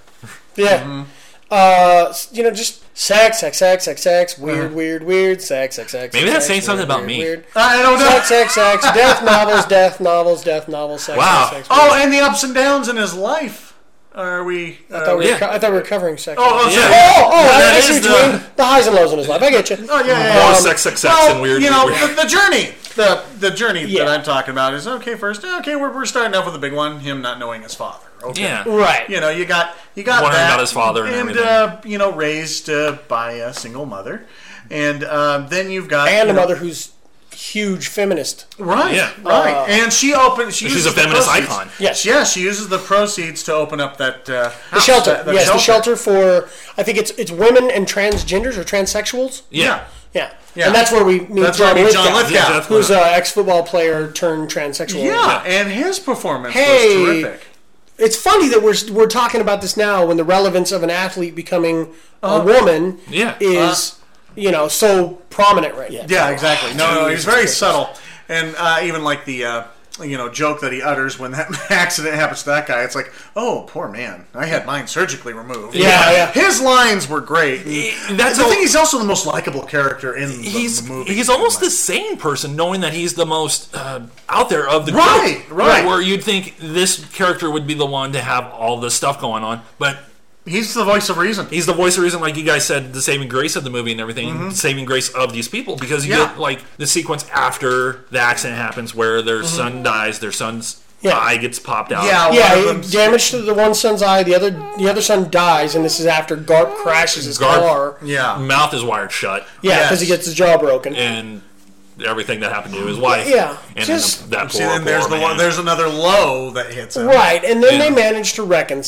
S3: Yeah.
S1: Mm-hmm.
S3: Uh, s- you know, just sex, sex, sex, sex, sex, weird, weird, weird, sex, sex, sex.
S1: Uh-huh. Maybe
S3: sex,
S1: that's
S3: sex,
S1: saying something
S3: weird,
S1: about
S3: weird,
S1: me.
S3: Weird.
S2: I don't know.
S3: Sex, sex, sex, death novels, death novels, death novels, sex,
S1: Wow.
S3: sex, sex. weird.
S2: Oh, and the ups and downs in his life. Are we? Uh,
S3: I thought we were,
S1: yeah.
S3: co- I thought we were covering sex.
S2: oh, oh,
S1: Yeah.
S2: sorry.
S3: oh, oh, I- I
S1: that
S3: see
S1: is
S3: what you
S1: the-
S3: mean. The highs and lows in his life. I get you.
S2: Oh, yeah, yeah, yeah.
S1: Oh, sex, sex, sex,
S2: Well,
S1: and weird.
S2: you know,
S1: weird.
S2: The, the journey. The the journey
S3: Yeah.
S2: that I'm talking about is okay. First, okay, we're, we're starting off with a big one. Him not knowing his father. Okay.
S1: yeah.
S3: Right.
S2: You know, you got you got
S1: Learned
S2: that
S1: about his father and everything.
S2: uh, you know, raised uh, by a single mother, and um, then you've got
S3: And a
S2: you know-
S3: mother who's huge feminist.
S2: Right.
S1: Yeah.
S2: Right. and she opens. She
S1: She's
S2: uses
S1: a
S2: the
S1: feminist
S2: proceeds-
S1: icon.
S3: Uh, Yes.
S2: Yeah. She uses the proceeds to open up that
S3: The
S2: uh, house,
S3: shelter.
S2: that- that
S3: yes, the shelter for I think it's it's women and transgenders or transsexuals.
S1: Yeah.
S3: Yeah.
S2: Yeah.
S3: And that's where we meet
S2: That's
S3: John
S2: where we meet
S3: Lithgow,
S2: John Lithgow.
S1: Yeah, that's
S3: who's
S1: what-
S3: an ex football player turned transsexual.
S2: Yeah, and his performance
S3: Hey.
S2: was terrific.
S3: It's funny that we're we're talking about this now when the relevance of an athlete becoming a
S2: Uh-huh.
S3: woman
S1: Yeah.
S3: is you know so prominent right now.
S2: Yeah, exactly. No, no, he's very subtle, and uh, even like the uh, you know joke that he utters when that accident happens to that guy. It's like, oh, poor man, I had mine surgically removed.
S3: Yeah, yeah.
S2: His lines were great. And
S1: that's
S2: I
S1: all-
S2: think he's also the most likable character in the
S1: He's
S2: movie.
S1: he's almost the same person, knowing that he's the most uh, out there of the
S2: Right,
S1: group.
S2: right.
S1: Where you'd think this character would be the one to have all this stuff going on, but
S2: He's the voice of reason.
S1: he's the voice of reason, like you guys said, the saving grace of the movie and everything, the saving grace of these people, because you
S2: Mm-hmm. Yeah.
S1: get like the sequence after the accident happens where their son dies, their son's
S3: Yeah.
S1: eye gets popped out.
S2: Mm-hmm. yeah, one
S3: Yeah,
S2: of
S3: it
S2: them's-
S3: damage to the one son's eye. The other, the other son dies, and this is after Garp crashes his
S1: Garp-
S3: car.
S2: Yeah,
S1: mouth is wired shut,
S3: Yeah,
S2: Yes.
S3: because he gets his jaw broken.
S1: and everything that happened to his wife.
S3: Yeah,
S1: and
S3: just-
S1: then the, that
S2: see,
S1: poor,
S2: then there's
S1: poor
S2: the one.
S1: man.
S2: There's another low that hits him.
S3: Right, and then
S1: Yeah.
S3: they manage to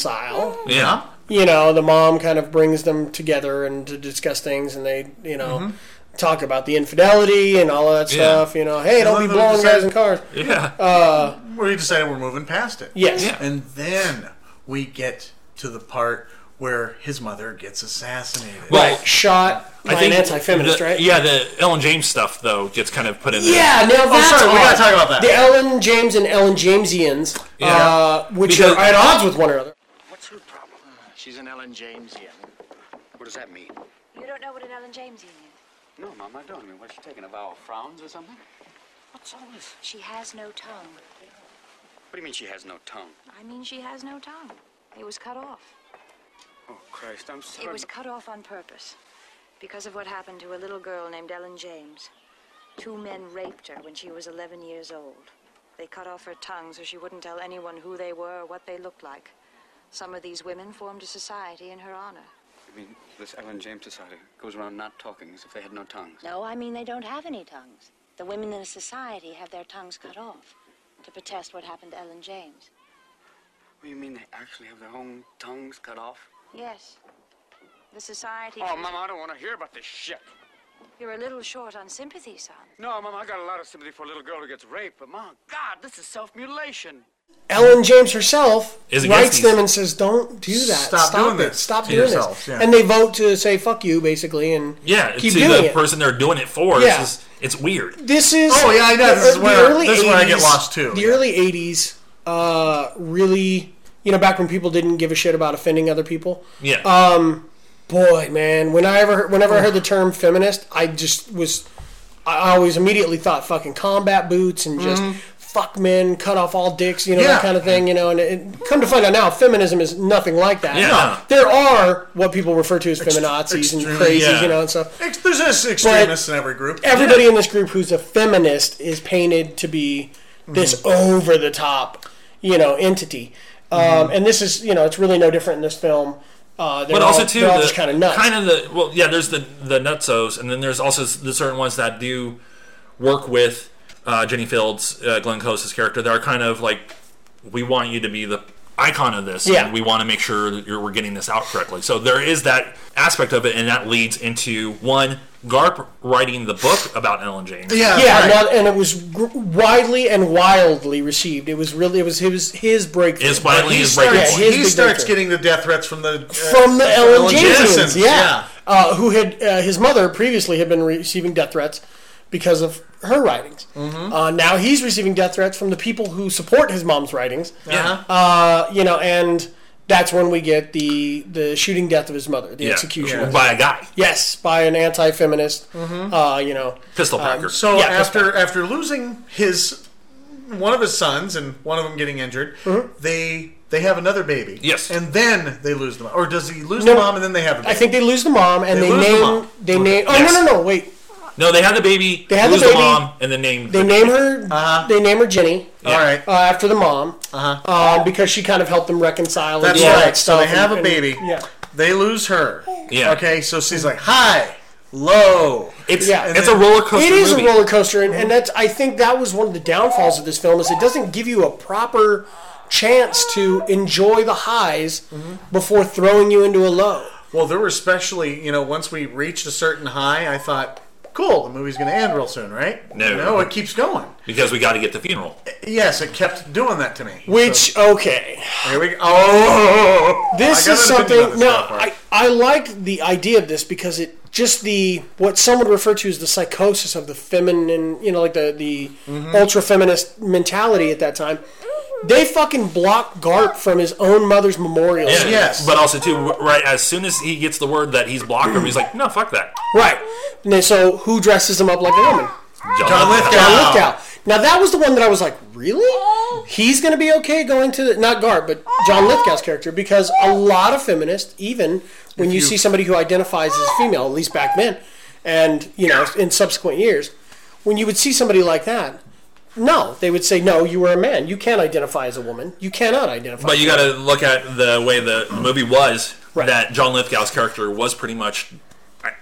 S3: reconcile.
S1: yeah.
S3: You know, the mom kind of brings them together and to discuss things, and they, you know, talk about the infidelity and all that
S1: Yeah.
S3: stuff. You know, hey, don't be
S2: then they
S3: blowing
S2: decide-
S3: guys in cars.
S1: Yeah.
S2: Uh, We decided we're moving past it.
S3: Yes.
S1: Yeah.
S2: And then we get to the part where his mother gets assassinated.
S1: Well,
S3: Right, shot by an anti-feminist,
S1: the-
S3: right?
S1: Yeah, the Ellen James stuff though gets kind of put in there.
S3: Yeah, now that's
S2: sorry, we
S3: odd.
S2: gotta talk about that.
S3: The Ellen James and Ellen Jamesians, uh, which
S1: Because-
S3: are at odds with one another.
S9: What's her problem? Uh, She's an Ellen Jamesian.
S6: What does that mean?
S5: You don't know what an Ellen James union is.
S6: No, Mom, I don't. I mean, what's she taking? A vow of frowns or something? What's all this?
S5: She has no tongue.
S6: What do you mean she has no tongue?
S5: I mean, she has no tongue. It was cut off.
S6: Oh, Christ, I'm sorry.
S5: It was cut off on purpose because of what happened to a little girl named Ellen James. Two men raped her when she was 11 years old. They cut off her tongue so she wouldn't tell anyone who they were or what they looked like. Some of these women formed a society in her honor.
S6: I mean, this Ellen James Society goes around not talking as if they had no tongues.
S5: No, I mean they don't have any tongues. The women in society have their tongues cut off to protest what happened to Ellen James.
S10: What do you mean they actually have their own tongues cut off?
S5: Yes. The society.
S10: Oh, Mom, I don't want to hear about this shit.
S5: You're a little short on sympathy, son.
S10: No, Mom, I got a lot of sympathy for a little girl who gets raped, but my God, this is self mutilation.
S3: Ellen James herself
S10: Is against
S3: writes them and says, "Don't do that.
S10: Stop doing
S3: it.
S10: this
S3: Stop
S10: to
S3: doing
S10: yourself,"
S3: this."
S10: yeah.
S3: And they vote to say "fuck you," basically, and
S1: Yeah,
S3: keep
S1: to
S3: doing
S1: the
S3: it.
S1: person they're doing it for,
S3: Yeah.
S1: it's, just, it's weird.
S3: This is
S1: Oh, yeah, I know. This
S3: the- uh,
S1: is
S3: the
S1: where-
S3: early
S1: this is where I get lost,
S3: too. The early '80s, uh, really, you know, back when people didn't give a shit about offending other people.
S1: Yeah.
S3: Um, boy, man, when I ever, whenever I heard the term feminist, I just was, I always immediately thought fucking combat boots and just
S10: Mhm.
S1: Mm-hmm.
S3: fuck men, cut off all dicks, you know,
S10: Yeah.
S3: that kind of thing, you know. And it, come to find out now, feminism is nothing like that.
S10: Yeah.
S3: No, there are what people refer to as feminazis and
S2: extreme-
S3: crazies,
S2: yeah.
S3: you know, and stuff.
S2: Ex- there's this extremists in every group.
S3: Everybody in this group who's a feminist is painted to be this
S2: Mhm.
S1: Mm-hmm.
S3: over the top, you know, entity. Um,
S1: Mhm.
S3: And this is, you know, it's really no different in this film. Uh, they're
S1: But
S3: all,
S1: also too,
S3: they're all
S1: the-
S3: just kind of nuts.
S1: Kind of the well, yeah. There's the the nutsos, and then there's also s- the certain ones that do work with uh, Jenny Fields, uh, Glenn Close's character. They're kind of like, we want you to be the icon of this,
S3: Yeah.
S1: and we want to make sure that you're, we're getting this out correctly. So there is that aspect of it, and that leads into one Garp writing the book about Ellen James.
S3: yeah, well, and it was gr- widely and wildly received. It was really, it was his his breakthrough.
S1: It's widely
S3: Yeah,
S1: his breakthrough.
S3: his
S2: he
S3: big
S2: starts
S3: breakthrough.
S2: getting the death threats from the uh,
S3: from the Ellen Jamesons,
S2: Jensen's,
S3: yeah, Uh, who had uh, his mother previously had been receiving death threats because of her writings.
S1: Mm-hmm.
S3: Uh, now he's receiving death threats from the people who support his mom's writings.
S1: Yeah.
S3: Uh, you know, and that's when we get the the shooting death of his mother, the
S1: Yeah.
S3: execution of
S1: by a guy.
S3: Yes, by an anti-feminist.
S2: Mhm.
S3: Uh, you know,
S1: Pistol
S3: um,
S1: packer.
S2: So
S3: yeah, pistol
S2: after after losing his one of his sons and one of them getting injured,
S3: Mm-hmm.
S2: they they have another baby. Yes, and then they lose the mom, or does he lose
S3: No,
S2: the mom and then they have the baby?
S3: I think they lose the mom and
S2: They
S3: they,
S2: lose the
S3: name
S2: mom.
S3: they name. Oh
S1: Yes.
S3: no no no! Wait,
S1: No, they had the baby.
S3: They had the
S1: lose
S3: baby.
S1: mom, and then named.
S3: they name her. They name her Jenny. All right. Uh, after the mom, uh,
S2: uh-huh.
S3: because she kind of helped them reconcile.
S2: That's
S3: and do all
S2: right.
S3: that
S2: So they
S3: stuff
S2: have
S3: and-
S2: a baby.
S3: And, yeah.
S2: They lose her.
S1: Yeah.
S2: Okay, so she's like high, low.
S1: It's
S3: Yeah.
S2: And then-
S3: It is a roller coaster, and,
S2: Mm-hmm.
S3: and that's I think that was one of the downfalls of this film is it doesn't give you a proper chance to enjoy the highs
S2: Mm-hmm.
S3: before throwing you into a low.
S2: Well, there were especially, you know, once we reached a certain high, I thought, cool, the movie's going to end real soon, right?
S1: No.
S2: No, it keeps going.
S1: because we got to get the funeral.
S2: Yes, it kept doing that to me.
S3: Which okay,
S2: here we go. Oh,
S3: this
S2: I got
S3: is
S2: an opinion on
S3: something.
S2: this
S3: No,
S2: so far.
S3: I I like the idea of this because it just the what some would refer to as the psychosis of the feminine, you know, like the the ultra feminist mentality at that time. They fucking block Garp from his own mother's memorial.
S1: Yeah,
S3: service.
S1: But also too, right as soon as he gets the word that he's blocked him, he's like, no, fuck that.
S3: Right. And then, so who dresses him up like a woman?
S1: John,
S3: John Lithgow. Now that was the one that I was like, really? He's going to be okay going to the, not Garp, but John Lithgow's character because a lot of feminists, even when you,
S10: you-
S3: see somebody who identifies as female, at least back then, and you know in subsequent years, when you would see somebody like that, no, they would say, no, you were a man. You can't identify as a woman. You cannot identify.
S1: But you
S3: as a
S1: got to look at the way the movie was. That John Lithgow's character was pretty much, I-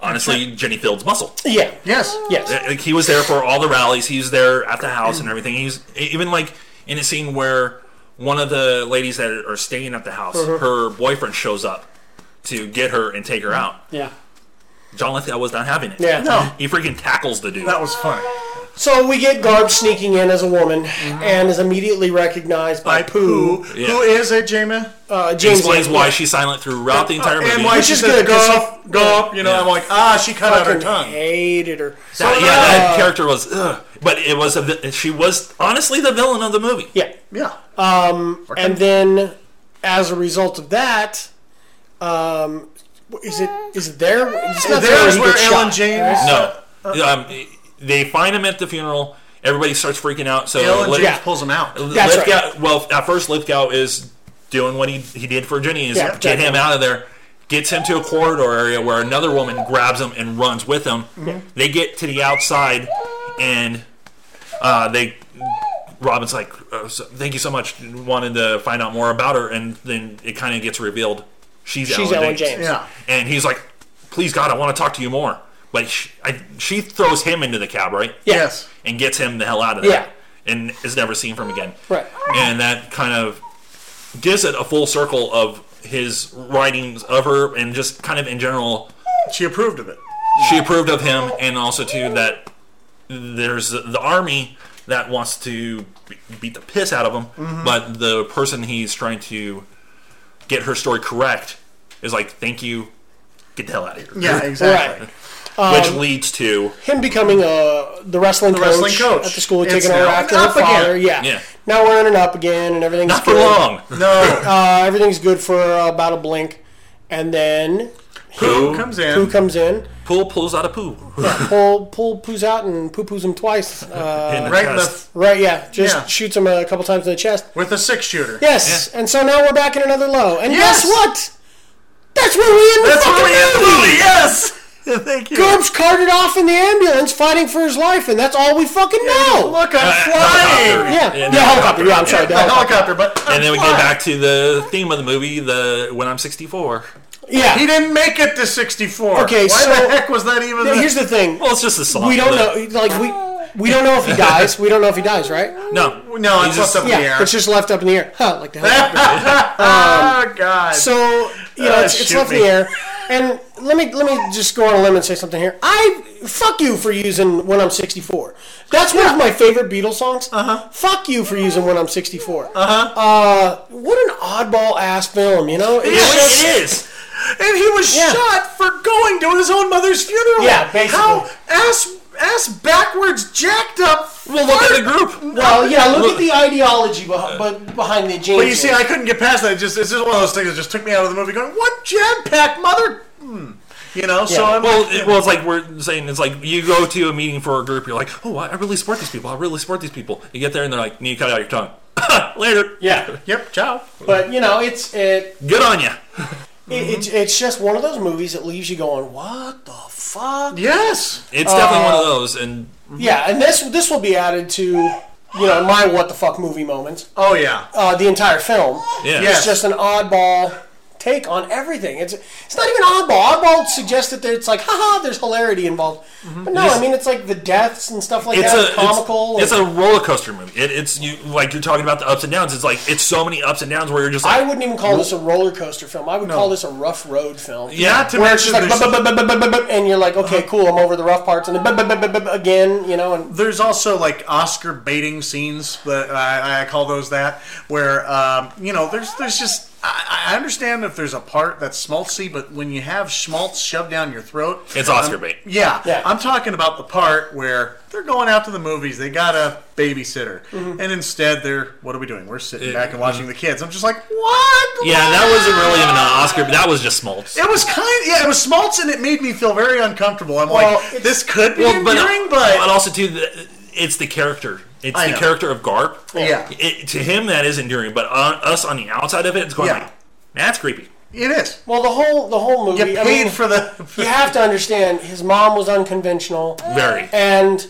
S1: honestly, Jenny Field's muscle.
S3: Yeah. Yes. Yes.
S1: Like he was there for all the rallies. He was there at the house and everything. He's even like in a scene where one of the ladies that are staying at the house,
S2: Uh-huh.
S3: Mhm.
S1: her boyfriend shows up to get her and take her out.
S3: Yeah.
S1: John Lithgow was not having it.
S3: Yeah. No.
S1: he freaking tackles the dude.
S2: That was funny.
S3: So we get Garb sneaking in as a woman and is immediately recognized by, Pooh.
S1: Yeah.
S2: Who is it, Jamie?
S3: Uh,
S1: She
S3: James
S1: explains
S3: Lin-
S1: why she's silent throughout the entire movie.
S2: And why she says, go up, go up, you know,
S1: Yeah.
S2: I'm like, ah, she cut out her
S3: Fucking
S2: tongue.
S3: Hated her.
S1: So, yeah, that character was, ugh. but it was a, vi- she was honestly the villain of the movie.
S3: Yeah.
S2: Yeah.
S3: Um, and then, as a result of that, um, is it is it there? It's not
S2: There's
S3: he
S2: where
S3: gets
S2: Ellen
S3: shot,
S2: James-
S1: No,
S2: Uh,
S1: um, they find him at the funeral. Everybody starts freaking out. So
S2: Ellen
S1: Lith-
S2: James pulls him out.
S3: That's right.
S1: Lithgow- Well, at first Lithgow is doing what he he did for Jenny is
S3: Yeah,
S1: get him
S3: definitely.
S1: out of there. Gets him to a corridor area where another woman grabs him and runs with him.
S3: Yeah.
S1: They get to the outside, and uh, they Robin's like, uh, so- "Thank you so much." Wanted to find out more about her, and then it kind of gets revealed she's,
S3: She's Ellen James. Yeah.
S1: and he's like, "Please God, I want to talk to you more." Like she, I, she throws him into the cab, right?
S3: Yes.
S1: And gets him the hell out of there. And is never seen from again.
S3: Right.
S1: And that kind of gives it a full circle of his writings of her and just kind of in general.
S2: She approved of it.
S1: She approved of him, and also too that there's the, the army that wants to be- beat the piss out of him,
S11: Mhm.
S1: but the person he's trying to get her story correct is like, "Thank you, get the hell out of here."
S3: Yeah, exactly. Right.
S1: Which
S3: Um,
S1: leads to
S3: Him becoming uh, the wrestling,
S1: The
S3: coach,
S1: wrestling coach.
S3: at the school,
S1: It's
S3: taking over
S1: now
S3: after
S1: up
S3: her father.
S1: again.
S3: Yeah.
S1: Yeah.
S3: Now we're in and up again, and everything's
S1: Not for
S3: good.
S1: long.
S3: No, uh, everything's good for uh, about a blink, and then
S1: Pooh comes in.
S3: Pooh comes in.
S1: Pooh pulls out a poo.
S3: Yeah, pull pull poos out and poo poos him twice. Uh,
S1: In the Right in the- chest.
S3: right, yeah. Just
S1: Yeah.
S3: shoots him a couple times in the chest.
S2: With a six shooter.
S3: Yes, and so now we're back in another low. And
S2: Yes.
S3: guess what? That's where we end the
S2: That's where
S3: fucking
S2: we end the
S3: movie.
S2: movie, Oh, yes! Thank you.
S3: Gerb's carted off in the ambulance, fighting for his life, and that's all we fucking know.
S2: Look, I'm
S3: Uh,
S2: flying!
S3: Yeah, yeah, helicopter. Yeah, I'm sorry, the
S1: Yeah,
S3: helicopter.
S2: but
S1: and then we get back to the theme of the movie, the when I'm 64.
S3: Yeah.
S2: He didn't make it to 64.
S3: Okay,
S2: Why
S3: so-
S2: the heck was that even
S3: Yeah, here's the thing.
S1: Well, it's just a song.
S3: We don't
S1: but-
S3: know. Like we. We don't know if he dies. We don't know if he dies, right?
S1: No,
S2: no,
S1: He's
S2: it's left
S1: just-
S2: up in
S3: yeah,
S2: the air.
S3: it's just left up in the air. Huh, like the helicopter.
S2: oh God!
S3: So you know,
S2: Uh,
S3: it's, it's
S2: shoot
S3: left in
S2: me.
S3: the air. And let me let me just go on a limb and say something here. I fuck you for using when I'm 64. That's one of my favorite Beatles songs. Uh
S2: Uh-huh.
S3: huh. Fuck you for using when I'm 64. Uh-huh. Uh What an oddball ass film, you know? It's just-
S1: is.
S2: And he was
S3: Yeah.
S2: shot for going to his own mother's funeral.
S3: Yeah, basically.
S2: How ass ass backwards jacked up.
S1: Well, look at the group.
S3: Well, yeah. Look, at the ideology beh- but behind the James.
S2: But you see, I couldn't get past that. It just it's just one of those things that just took me out of the movie. Going, what jam pack mother? Hmm. You know. So I'm
S1: well,
S2: like,
S1: it, well, it's like we're saying it's like you go to a meeting for a group, you're like, oh, I I really support these people. I really support these people. You get there and they're like, need to cut out your tongue. Later.
S3: Yeah.
S2: Yep. Ciao.
S3: But you know, it's it.
S1: Good on you.
S3: It, it's it's just one of those movies that leaves you going, "What the fuck?"
S2: Yes,
S1: It's definitely
S3: Uh,
S1: one of those. And
S3: Yeah, and this this will be added to you know my what the fuck movie moments.
S2: Oh yeah.
S3: Uh, the entire film.
S1: Yeah. Yes.
S3: It's just an oddball take on everything. It's it's not even oddball. Oddball suggests that there- it's like haha, there's hilarity involved. But no, I mean it's like the deaths and stuff like
S1: Mm-hmm. it's
S3: that.
S1: a
S3: comical.
S1: It's, it's
S3: and-
S1: a roller coaster movie. It, it's you like you're talking about the ups and downs. It's like it's so many ups and downs where you're just like
S3: I wouldn't even call this a roller coaster film. I would call this a rough road film.
S1: Yeah, Not to
S3: where it's just
S1: mention Uh-huh.
S3: like, bup, bup, bup, bup, bup, bup, bup, and you're like, okay, cool, I'm over the rough parts, and then bup, bup, bup, bup, bup, again, you know, and
S2: There's also like Oscar baiting scenes that I, I call those that, where um, you know there's there's just I, I understand if there's a part that's schmaltzy, but when you have schmaltz shoved down your throat,
S1: It's Oscar
S2: I'm-
S1: bait.
S2: Yeah,
S1: Yeah.
S2: I'm talking about the part where they're going out to the movies, they got a babysitter,
S1: Mhm.
S2: and instead they're what are we doing? We're sitting
S1: Yeah,
S2: back and watching
S1: mhm.
S2: the kids. I'm just like, what?
S1: yeah, that wasn't really even an Oscar. But that was just smolts.
S2: It was kind, yeah. It was schmaltz, and it made me feel very uncomfortable. I'm
S1: Well,
S2: like, this could be
S1: but,
S2: endearing, but,
S1: but also too, the, it's the character. It's
S2: I
S1: the
S2: know.
S1: character of Garp.
S2: Yeah.
S1: It, to him that is enduring, but on, us on the outside of it, it's going
S3: Yeah.
S1: like, that's creepy.
S2: It is.
S3: Well, the whole the whole movie.
S1: You
S3: I
S1: paid
S3: mean,
S1: for the-
S3: you have to understand. His mom was unconventional.
S1: Very.
S3: And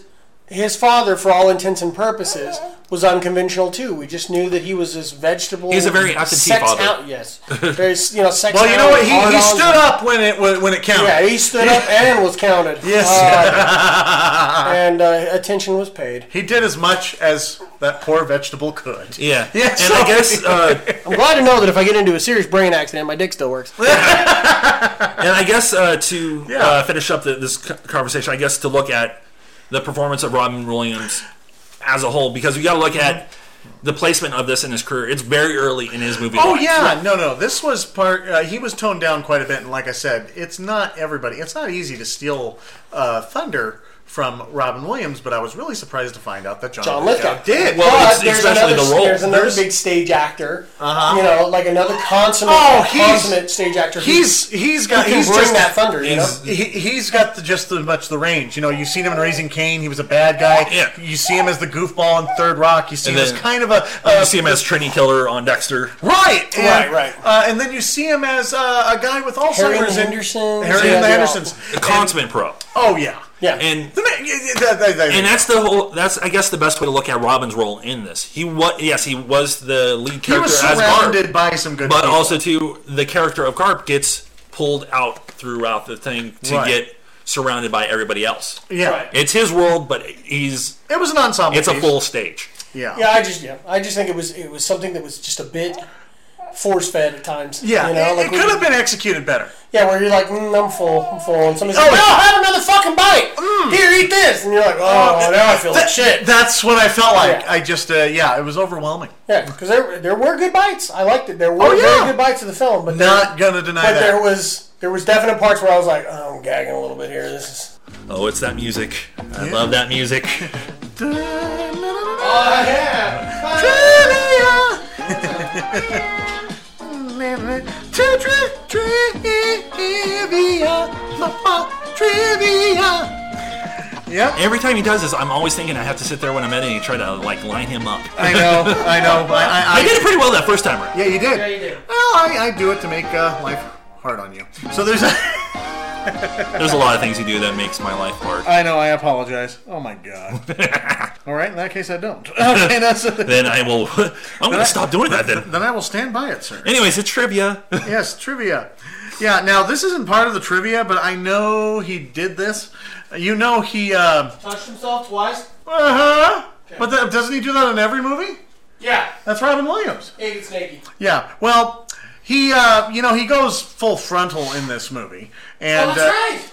S3: his father, for all intents and purposes, was unconventional too. We just knew that he was this vegetable.
S1: He's a very absentee
S3: sex
S1: father.
S3: Out, yes. Very s- you know sex.
S2: Well, you know what? He,
S3: out,
S2: he
S3: hard-ons.
S2: stood up when it when when it counted.
S3: Yeah, he stood up and was counted.
S2: Yes.
S3: Uh, and uh, attention was paid.
S2: He did as much as that poor vegetable could.
S1: Yeah.
S2: Yeah.
S3: And
S2: so-
S3: I guess, uh, I'm glad to know that if I get into a serious brain accident, my dick still works.
S1: and I guess uh, to uh, finish up the, this co- conversation, I guess to look at the performance of Robin Williams as a whole, because we got to look at the placement of this in his career. It's very early in his movie.
S2: Mm-hmm. Oh
S1: life.
S2: yeah, no, no. This was part. Uh, he was toned down quite a bit, and like I said, it's not everybody. It's not easy to steal uh, thunder from Robin Williams, but I was really surprised to find out that John,
S3: John Lithgow
S2: did.
S3: But there's another, There's another big stage actor.
S2: Uh-huh.
S3: You know, like another consummate,
S2: Oh, he's-
S3: consummate stage actor. who-
S2: He's he's
S3: who
S2: got
S3: can
S2: he's
S3: bring
S2: just
S3: that thunder. You know?
S2: He, he's got the, just as much the range. You know, you've seen him in Raising Cain. He was a bad guy. Yeah. You see him as the goofball in Third Rock. You see
S1: And
S2: him as
S1: then-
S2: kind of a,
S1: you see him as Trini Killer on Dexter.
S2: Right, and,
S1: Right, right.
S2: Uh, and then you see him as uh, a guy with
S3: Harry and
S2: Alzheimer's.
S3: the
S2: and-
S3: Hendersons.
S2: Harry
S3: Yeah,
S2: and the
S3: they're all-
S2: Hendersons.
S1: A consummate pro.
S2: Oh yeah.
S3: Yeah.
S1: And
S2: that- that- that-
S1: and that's the whole. That's I guess the best way to look at Robin's role in this. He was yes, he was the lead character
S2: He was
S1: as Barb,
S2: surrounded by some good
S1: but
S2: people.
S1: also too the character of Garp gets pulled out throughout the thing to
S2: Right.
S1: get. surrounded by everybody else.
S3: Yeah. Right.
S1: It's his world, but he's.
S2: It was an ensemble
S1: It's a
S2: piece.
S1: full stage.
S2: Yeah.
S3: Yeah, I just yeah, I just think it was it was something that was just a bit force fed at times.
S2: Yeah,
S3: you know,
S2: it,
S3: like
S2: could have been executed better.
S3: Yeah, where you're like, mm, I'm full, I'm full, and somebody's
S2: Oh,
S3: like, No,
S2: yeah. Mm.
S3: have another fucking bite. Here, eat this, and you're like, Oh, now I feel like
S2: That-
S3: shit.
S2: That's what I felt like. I just, uh, yeah, it was overwhelming.
S3: Yeah, because there there were good bites. I liked it. There were
S2: Oh, yeah.
S3: very good bites of the film, but
S2: Not
S3: there,
S2: gonna deny
S3: but
S2: that.
S3: there was there was definite parts where I was like, oh, I'm gagging a little bit here. This is
S1: Oh, it's that music. I love that music.
S3: Oh yeah.
S2: Trivia. Yeah.
S1: Every time he does this, I'm always thinking I have to sit there when I'm editing and try to like line him up.
S2: I know, I know. I, I,
S1: I did it pretty well that first time around.
S2: Yeah, you did. Yeah, you did. Well, I, I do it to make uh, life hard on you. So there's a.
S1: There's a lot of things you do that makes my life hard.
S2: I know. I apologize. Oh my god. All right. In that case, I don't. Okay, that's.
S1: Then I will. I'm gonna stop doing that then.
S2: Then I will stand by it, sir.
S1: Anyways, it's trivia.
S2: yes, trivia. Yeah. Now this isn't part of the trivia, but I know he did this. You know he. Uh
S3: Touched himself twice.
S2: huh. But th- doesn't he do that in every movie?
S3: Yeah.
S2: That's Robin Williams.
S3: Egg and snakey.
S2: Yeah. Well, he uh, you know he goes full frontal in this movie, and
S3: Oh, that's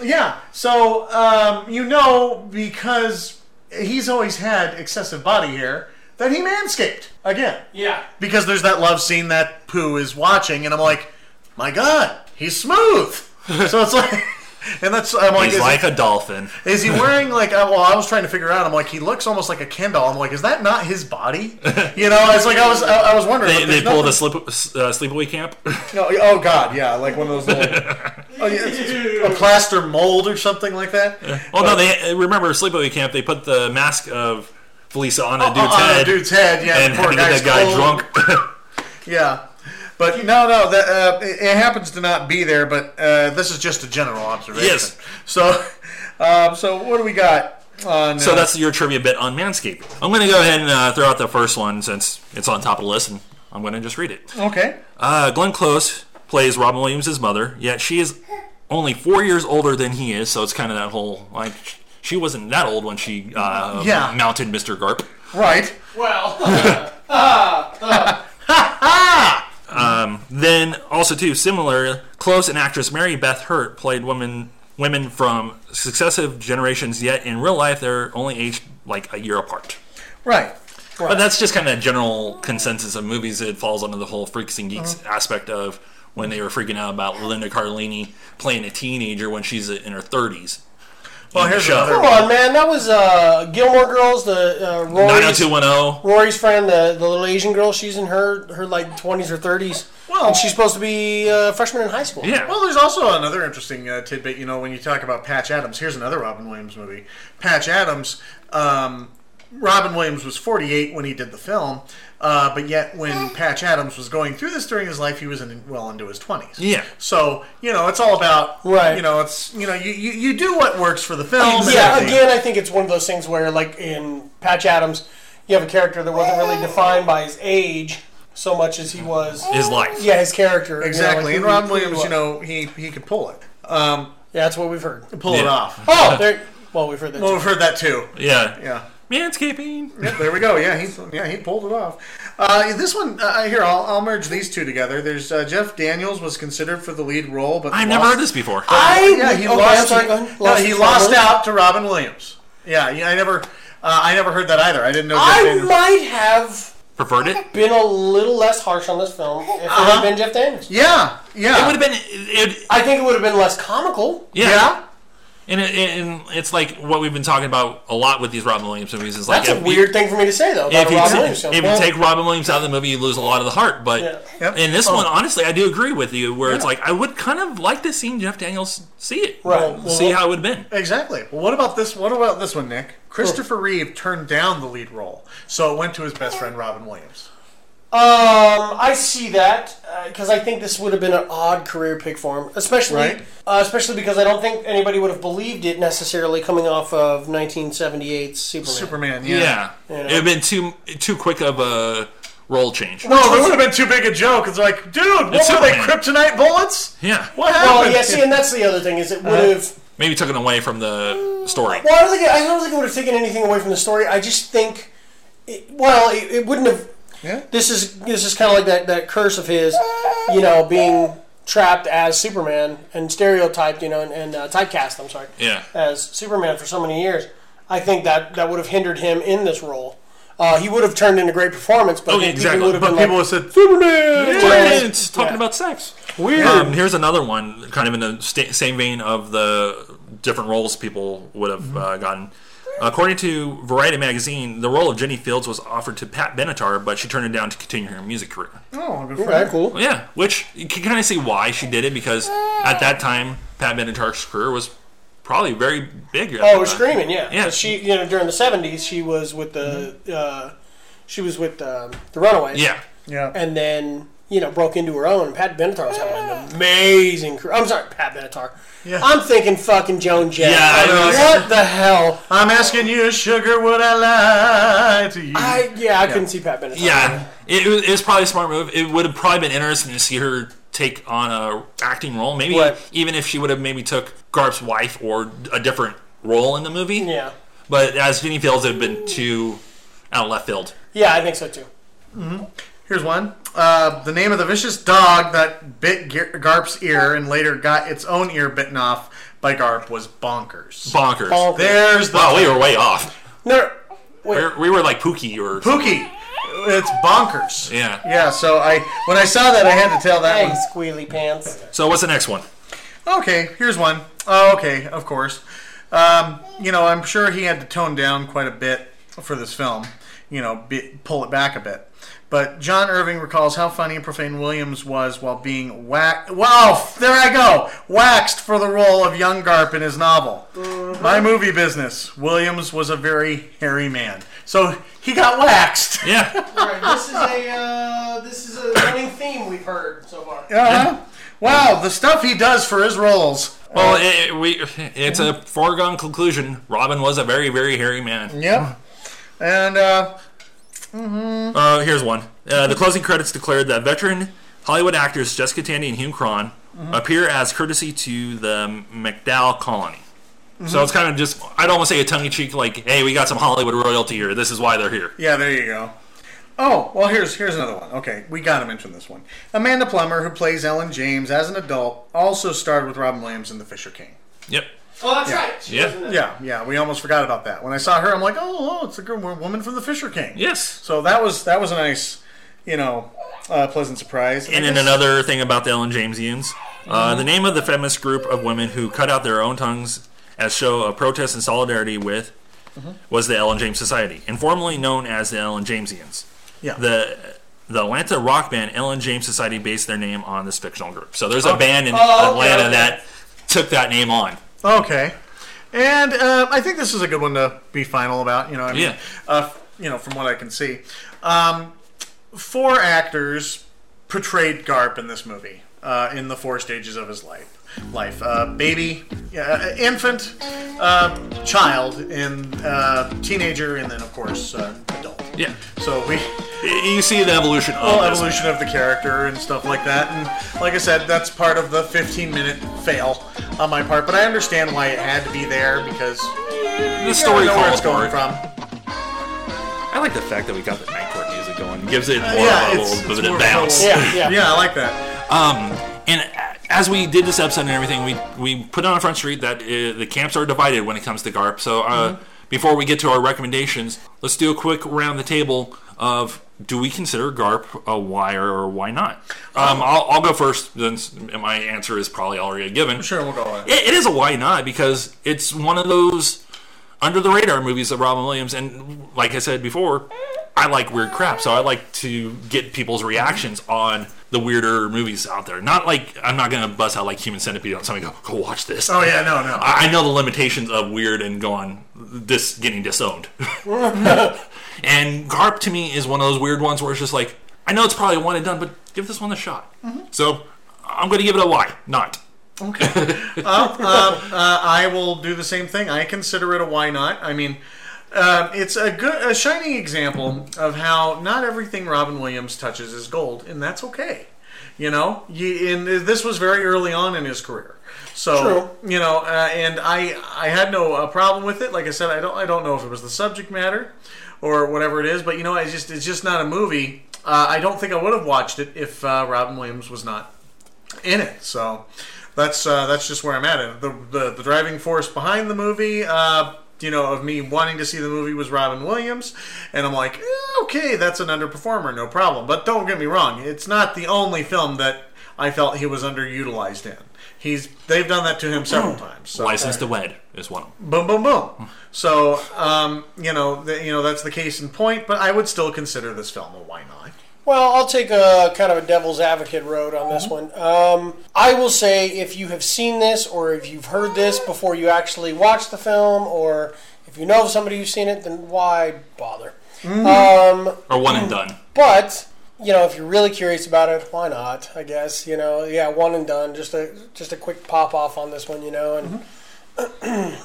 S2: uh,
S3: right.
S2: yeah. So um, you know because he's always had excessive body hair that he manscaped again
S3: Yeah.
S2: because there's that love scene that Pooh is watching, and I'm like, my God, he's smooth. so it's like. And that's I'm like,
S1: He's
S2: is,
S1: like a dolphin.
S2: is he wearing like? uh, Well, I was trying to figure out. I'm like, he looks almost like a Ken doll. I'm like, is that not his body? You know, it's like I was I, I was wondering.
S1: They,
S2: but
S1: they
S2: there's
S1: pulled
S2: nothing-
S1: a slip, uh, sleepaway camp.
S2: no, oh God, yeah, like one of those little, oh, yeah, it's a plaster mold or something like that.
S1: Oh no, they remember sleepaway camp. They put the mask of Felisa on a dude's
S2: on a
S1: head.
S2: Oh, Uh-uh, dude's head, yeah,
S1: and
S2: the poor
S1: had to get
S2: guy's
S1: that guy
S2: cold.
S1: drunk.
S2: Yeah, but no, no, that uh, it, it happens to not be there. But uh, this is just a general observation.
S1: Yes.
S2: So, um, so what do we got? On,
S1: So
S2: uh,
S1: that's your trivia bit on Manscaped. I'm going to go ahead and uh, throw out the first one since it's on top of the list, and I'm going to just read it.
S2: okay.
S1: Uh, Glenn Close plays Robin Williams' mother, yet she is only four years older than he is, so it's kind of that whole like sh- she wasn't that old when she uh,
S2: Yeah.
S1: mounted Mr. Garp.
S2: Right.
S1: Then also too similar, Close and actress Mary Beth Hurt played women women from successive generations, yet in real life they're only aged like a year apart.
S2: Right.
S1: But that's just kind of general consensus of movies. It falls under the whole freaks and geeks
S2: Uh-huh.
S1: aspect of when they were freaking out about Linda Carlini playing a teenager when she's in her 30s.
S2: Well,
S1: In the
S2: here's
S1: show.
S3: Come
S2: another.
S3: on, man. That was uh, Gilmore Girls, the uh,
S2: Oh,
S3: Rory's,
S1: 90210.
S3: Rory's friend, the, the little Asian girl. She's in her her like twenties or thirties.
S2: Well-
S3: and she's supposed to be a freshman in high school.
S1: Yeah.
S2: Well, there's also another interesting uh, tidbit. You know, when you talk about Patch Adams, here's another Robin Williams movie. Patch Adams. Um, Robin Williams was 48 when he did the film, uh, but yet when Patch Adams was going through this during his life, he was in, well into his 20s.
S1: Yeah.
S2: So you know, it's all about
S3: Right.
S2: You know, it's you know, you, you, you do what works for the film. and
S3: Yeah,
S2: everything.
S3: again, I think it's one of those things where, like in Patch Adams, you have a character that wasn't really defined by his age so much as he was.
S1: His life.
S3: Yeah, his character.
S2: exactly.
S3: You
S2: and
S3: know, like
S2: Robin
S3: who he- who he
S2: Williams, you
S3: was.
S2: know, he he could pull it, um,
S3: Yeah, that's what we've heard.
S2: pull it
S1: Yeah.
S2: off.
S3: Oh, there. Well, we've heard that.
S2: Well,
S3: too.
S2: we've heard that too.
S1: Yeah.
S2: Yeah.
S1: Manscaping.
S2: Yep, there we go. Yeah, he yeah he pulled it off. Uh, this one uh, here, I'll, I'll merge these two together. There's uh, Jeff Daniels was considered for the lead role, but
S1: I've
S2: lost-
S1: never heard this before.
S3: I
S2: Yeah, he
S3: okay, I'm
S2: lost.
S3: sorry, go ahead.
S2: no,
S3: Lost
S2: he
S3: to
S2: lost
S3: Robin.
S2: out to Robin Williams. Yeah, yeah. I never, uh, I never heard that either. I didn't know. Jeff
S3: I
S2: Daniels.
S3: might have
S1: Preferred it.
S3: been a little less harsh on this film if it
S2: Uh-huh.
S3: had been Jeff Daniels.
S2: Yeah, yeah.
S1: It would have been. It, it-
S3: I think it would have been less comical.
S1: yeah.
S2: Yeah.
S1: And, it, and it's like what we've been talking about a lot with these Robin Williams movies. Is like
S3: That's a
S1: if we-
S3: weird thing for me to say though about
S1: if
S3: a
S1: you,
S3: Robin
S1: ta-
S3: Williams film.
S1: if you take Robin Williams out of the movie, you lose a lot of the heart. But
S3: Yeah.
S2: Yep.
S1: in this one, honestly, I do agree with you. Where it's like I would kind of like to see Jeff Daniels see it,
S3: Right.
S1: see how it would have been.
S2: Exactly. Well, what about this? What about this one, Nick? Christopher Reeve turned down the lead role, so it went to his best friend Robin Williams.
S3: Um, I see that because I think this would have been an odd career pick for him, especially
S2: Right.
S3: uh, especially because I don't think anybody would have believed it necessarily coming off of 1978's Superman.
S2: Superman. Yeah.
S1: Yeah, it would have been too too quick of a role change.
S2: No, that would have been too big a joke. It's like, dude, what
S1: It's
S2: were they
S1: Superman.
S2: kryptonite bullets?
S1: Yeah.
S2: What happened? Uh-huh.
S3: Well, yeah. See, and that's the other thing is it would have
S1: maybe took it away from the story.
S3: Well, I don't think I don't think it would have taken anything away from the story. I just think, it, well, it, it wouldn't have.
S2: Yeah.
S3: This is this is kind of like that, that curse of his, you know, being trapped as Superman and stereotyped, you know, and, and uh, typecast. I'm sorry.
S1: Yeah.
S3: As Superman for so many years, I think that that would have hindered him in this role. Uh, he would have turned in a great performance, but
S1: Oh,
S3: I think
S1: exactly.
S3: people would have
S1: But
S3: been
S1: people
S3: like,
S1: would have said,
S3: Superman,
S1: Yeah, it's talking
S3: Yeah.
S1: about sex.
S3: Weird.
S1: Um, here's another one, kind of in the sta- same vein of the different roles people would have uh, gotten. According to Variety magazine, the role of Jenny Fields was offered to Pat Benatar, but she turned it down to continue her music career.
S2: Oh, good for
S3: Okay,
S2: you.
S3: cool.
S1: Yeah, which you can kind of see why she did it because at that time Pat Benatar's career was probably very big. at
S3: Oh,
S1: the
S3: we're
S1: time.
S3: screaming, yeah.
S1: Yeah. Mm-hmm.
S3: 'Cause She, you know, during the '70s, she was with the, uh, she was with um, the Runaways.
S1: Yeah.
S2: Yeah.
S3: and then you know broke into her own. Pat Benatar was having an amazing career. I'm sorry, Pat Benatar.
S2: Yeah.
S3: I'm thinking fucking Joan Jett.
S1: Yeah, I know.
S3: What the hell?
S2: I'm asking you, sugar, would I lie to you?
S3: I yeah, I couldn't see Pat Benatar.
S1: Yeah, it, was- it was probably a smart move. It would have probably been interesting to see her take on a acting role. Maybe
S3: Right.
S1: even if she would have maybe took Garp's wife or a different role in the movie.
S3: yeah,
S1: But as Jenny Fields, it would have been too out of left field.
S3: yeah. I think so too.
S2: Here's one. Uh, the name of the vicious dog that bit Gar- Garp's ear and later got its own ear bitten off by Garp was Bonkers.
S1: Bonkers.
S3: Bonkers.
S2: There's the
S1: Wow, we were way off.
S3: No,
S1: We were, we were like Pookie or
S2: Pookie. It's Bonkers.
S1: yeah.
S2: Yeah, so I when I saw that I had to tell that
S3: hey,
S2: one.
S3: squealy pants.
S1: So what's the next one?
S2: Okay, here's one. Oh, okay, of course. Um, you know, I'm sure he had to tone down quite a bit for this film. You know, be, pull it back a bit. But John Irving recalls how funny and profane Williams was while being whacked. Wow, there I go, waxed for the role of young Garp in his novel. My movie business. Williams was a very hairy man, so he got waxed.
S1: Yeah.
S3: All right, this is a uh, this is a running theme we've heard so far.
S2: Uh-huh. Wow, the stuff he does for his roles.
S1: Well, it, it- we it's a foregone conclusion. Robin was a very very hairy man.
S2: Yep. And uh,
S1: Uh, here's one. Uh, the closing credits declared that veteran Hollywood actors Jessica Tandy and Hugh Cron
S3: Mm-hmm.
S1: appear as courtesy to the McDowell colony.
S3: Mm-hmm.
S1: So it's kind of just, I'd almost say a tongue in cheek, like, hey, we got some Hollywood royalty here. This is why they're here.
S2: Yeah, there you go. Oh, well, here's here's another one. Okay, we got to mention this one. Amanda Plummer, who plays Ellen James as an adult, also starred with Robin Williams in The Fisher King.
S1: Yep.
S3: Oh, that's right. She
S1: Yeah.
S3: was in it.
S2: Yeah, yeah, we almost forgot about that. When I saw her, I'm like, oh, oh it's the girl, woman from The Fisher King.
S1: Yes.
S2: So that was that was a nice, you know, uh, pleasant surprise.
S1: And
S2: I
S1: then
S2: guess-
S1: another thing about the Ellen Jamesians uh,
S2: Mm-hmm.
S1: the name of the feminist group of women who cut out their own tongues as show of protest and solidarity with
S2: Mm-hmm.
S1: was the Ellen James Society, informally known as the Ellen Jamesians.
S2: Yeah.
S1: the the Atlanta rock band Ellen James Society based their name on this fictional group. So there's a band in
S3: Oh, okay,
S1: Atlanta
S3: okay.
S1: that took that name on.
S2: Okay. And uh, I think this is a good one to be final about. You know, I mean,
S1: Yeah.
S2: uh, you know, from what I can see, um, four actors portrayed Garp in this movie uh, in the four stages of his life. Life, uh, baby, uh, infant, uh, child, and uh, teenager, and then of course uh, adult.
S1: Yeah,
S2: So we
S1: you see the evolution of
S2: whole
S1: this.
S2: Oh, evolution of the character and stuff like that. And like I said, that's part of the 15 minute fail on my part. But I understand why it had to be there because
S1: The story
S2: you know where
S1: calls
S2: it's
S1: for
S2: going
S1: it.
S2: from.
S1: I like the fact that we got the night court music going. It gives it more
S2: Uh,
S1: of a
S2: yeah, it's-
S1: little
S2: it's
S1: bit
S2: more
S1: of
S2: of a
S1: bounce.
S2: little-
S3: Yeah, yeah.
S2: Yeah, I like that.
S1: Um, and a- as we did this episode and everything, we we put on a front street that uh, the camps are divided when it comes to GARP. So uh, before we get to our recommendations, let's do a quick round the table of do we consider GARP a why or why not? Um, I'll, I'll go first since my answer is probably already given.
S2: Sure, we'll go on.
S1: It, it is a why not because it's one of those under the radar movies of Robin Williams, and like I said before, I like weird crap, so I like to get people's reactions on the weirder movies out there. Not like I'm not gonna bust out like Human Centipede on somebody and go go watch this.
S2: Oh, yeah, no, no.
S1: I, I know the limitations of weird and gone this getting disowned. and Garp to me is one of those weird ones where it's just like I know it's probably one and done, but give this one a shot.
S2: Mm-hmm.
S1: So I'm gonna give it a why not.
S2: Uh, I will do the same thing. I consider it a why not. I mean, uh, it's a good, a shining example of how not everything Robin Williams touches is gold, and that's okay. You know, you, and this was very early on in his career. So you know, uh, and I I had no uh, problem with it. Like I said, I don't I don't know if it was the subject matter or whatever it is, but you know, it's just it's just not a movie. Uh, I don't think I would have watched it if uh, Robin Williams was not in it. So that's uh, that's just where I'm at. And The, the the driving force behind the movie, uh, you know, of me wanting to see the movie was Robin Williams, and I'm like, eh, okay, that's an underperformer, no problem. But don't get me wrong, it's not the only film that I felt he was underutilized in. He's they've done that to him several times. So.
S1: License to Wed Hmm. is Hmm. one of them.
S2: Boom, boom, boom. So, um, you know, th- you know that's the case in point. But I would still consider this film a why not?
S3: Well, I'll take a kind of a devil's advocate road on this one. Um, I will say if you have seen this or if you've heard this before you actually watch the film, or if you know of somebody who's seen it, then why bother? Um,
S1: or one and done.
S3: but you know, if you're really curious about it, why not? I guess you know, yeah, one and done. Just a just a quick pop off on this one, you know, and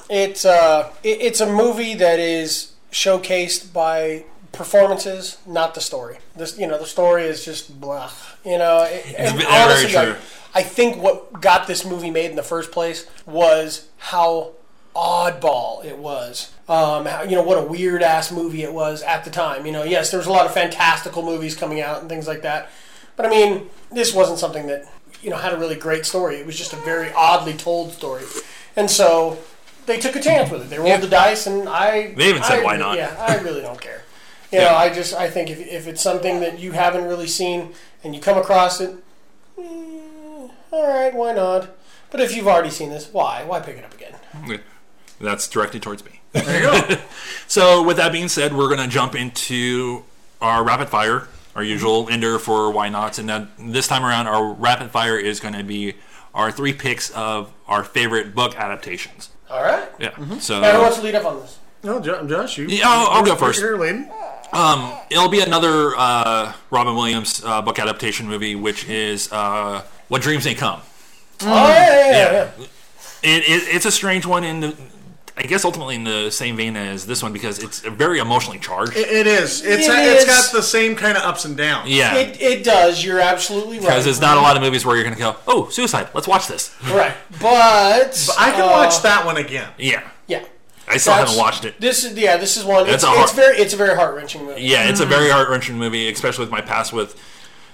S3: it's uh, it, it's a movie that is showcased by performances, not the story. This you know, the story is just blah. You know, it, and
S1: very
S3: honestly,
S1: true.
S3: like, I think what got this movie made in the first place was how oddball it was. Um, how, you know what a weird ass movie it was at the time. You know, yes, there was a lot of fantastical movies coming out and things like that, but I mean, this wasn't something that you know had a really great story. It was just a very oddly told story, and so they took a chance with it. They rolled the dice, and I
S1: They even said,
S3: I-
S1: "Why not?"
S3: Yeah, I really don't care. You know, I just I think if, if it's something that you haven't really seen and you come across it, mm, all right, why not? But if you've already seen this, why why pick it up again?
S1: That's directed towards me. There you go. so, with that being said, we're going to jump into our rapid fire, our usual ender for why nots. And then this time around, our rapid fire is going to be our three picks of our favorite book adaptations.
S3: All right.
S1: Yeah. So,
S3: Now, who wants to lead up on this?
S2: No, Jo- Josh, you.
S1: Yeah, I'll- I'll go first.
S2: You're leading.
S1: Um, it'll be another uh, Robin Williams uh, book adaptation movie, which is uh, What Dreams May Come. Mm.
S3: Oh yeah, yeah, yeah, yeah.
S1: It, it, it's a strange one in the, I guess, ultimately in the same vein as this one because it's very emotionally charged.
S2: It, it is. It's
S3: It
S2: it's
S3: is.
S2: got the same kind of ups and downs.
S1: yeah,
S3: It, it does. You're absolutely right.
S1: because there's not a lot of movies where you're going to go, oh, suicide, let's watch this.
S3: right, but,
S2: I can
S3: uh,
S2: watch that one again.
S1: Yeah,
S3: Yeah,
S1: I still
S3: That's-
S1: haven't watched it.
S3: this is yeah. This is one. It's,
S1: That's a
S3: it's
S1: heart-
S3: very it's a very heart wrenching movie.
S1: Yeah, it's a very heart wrenching movie, especially with my past with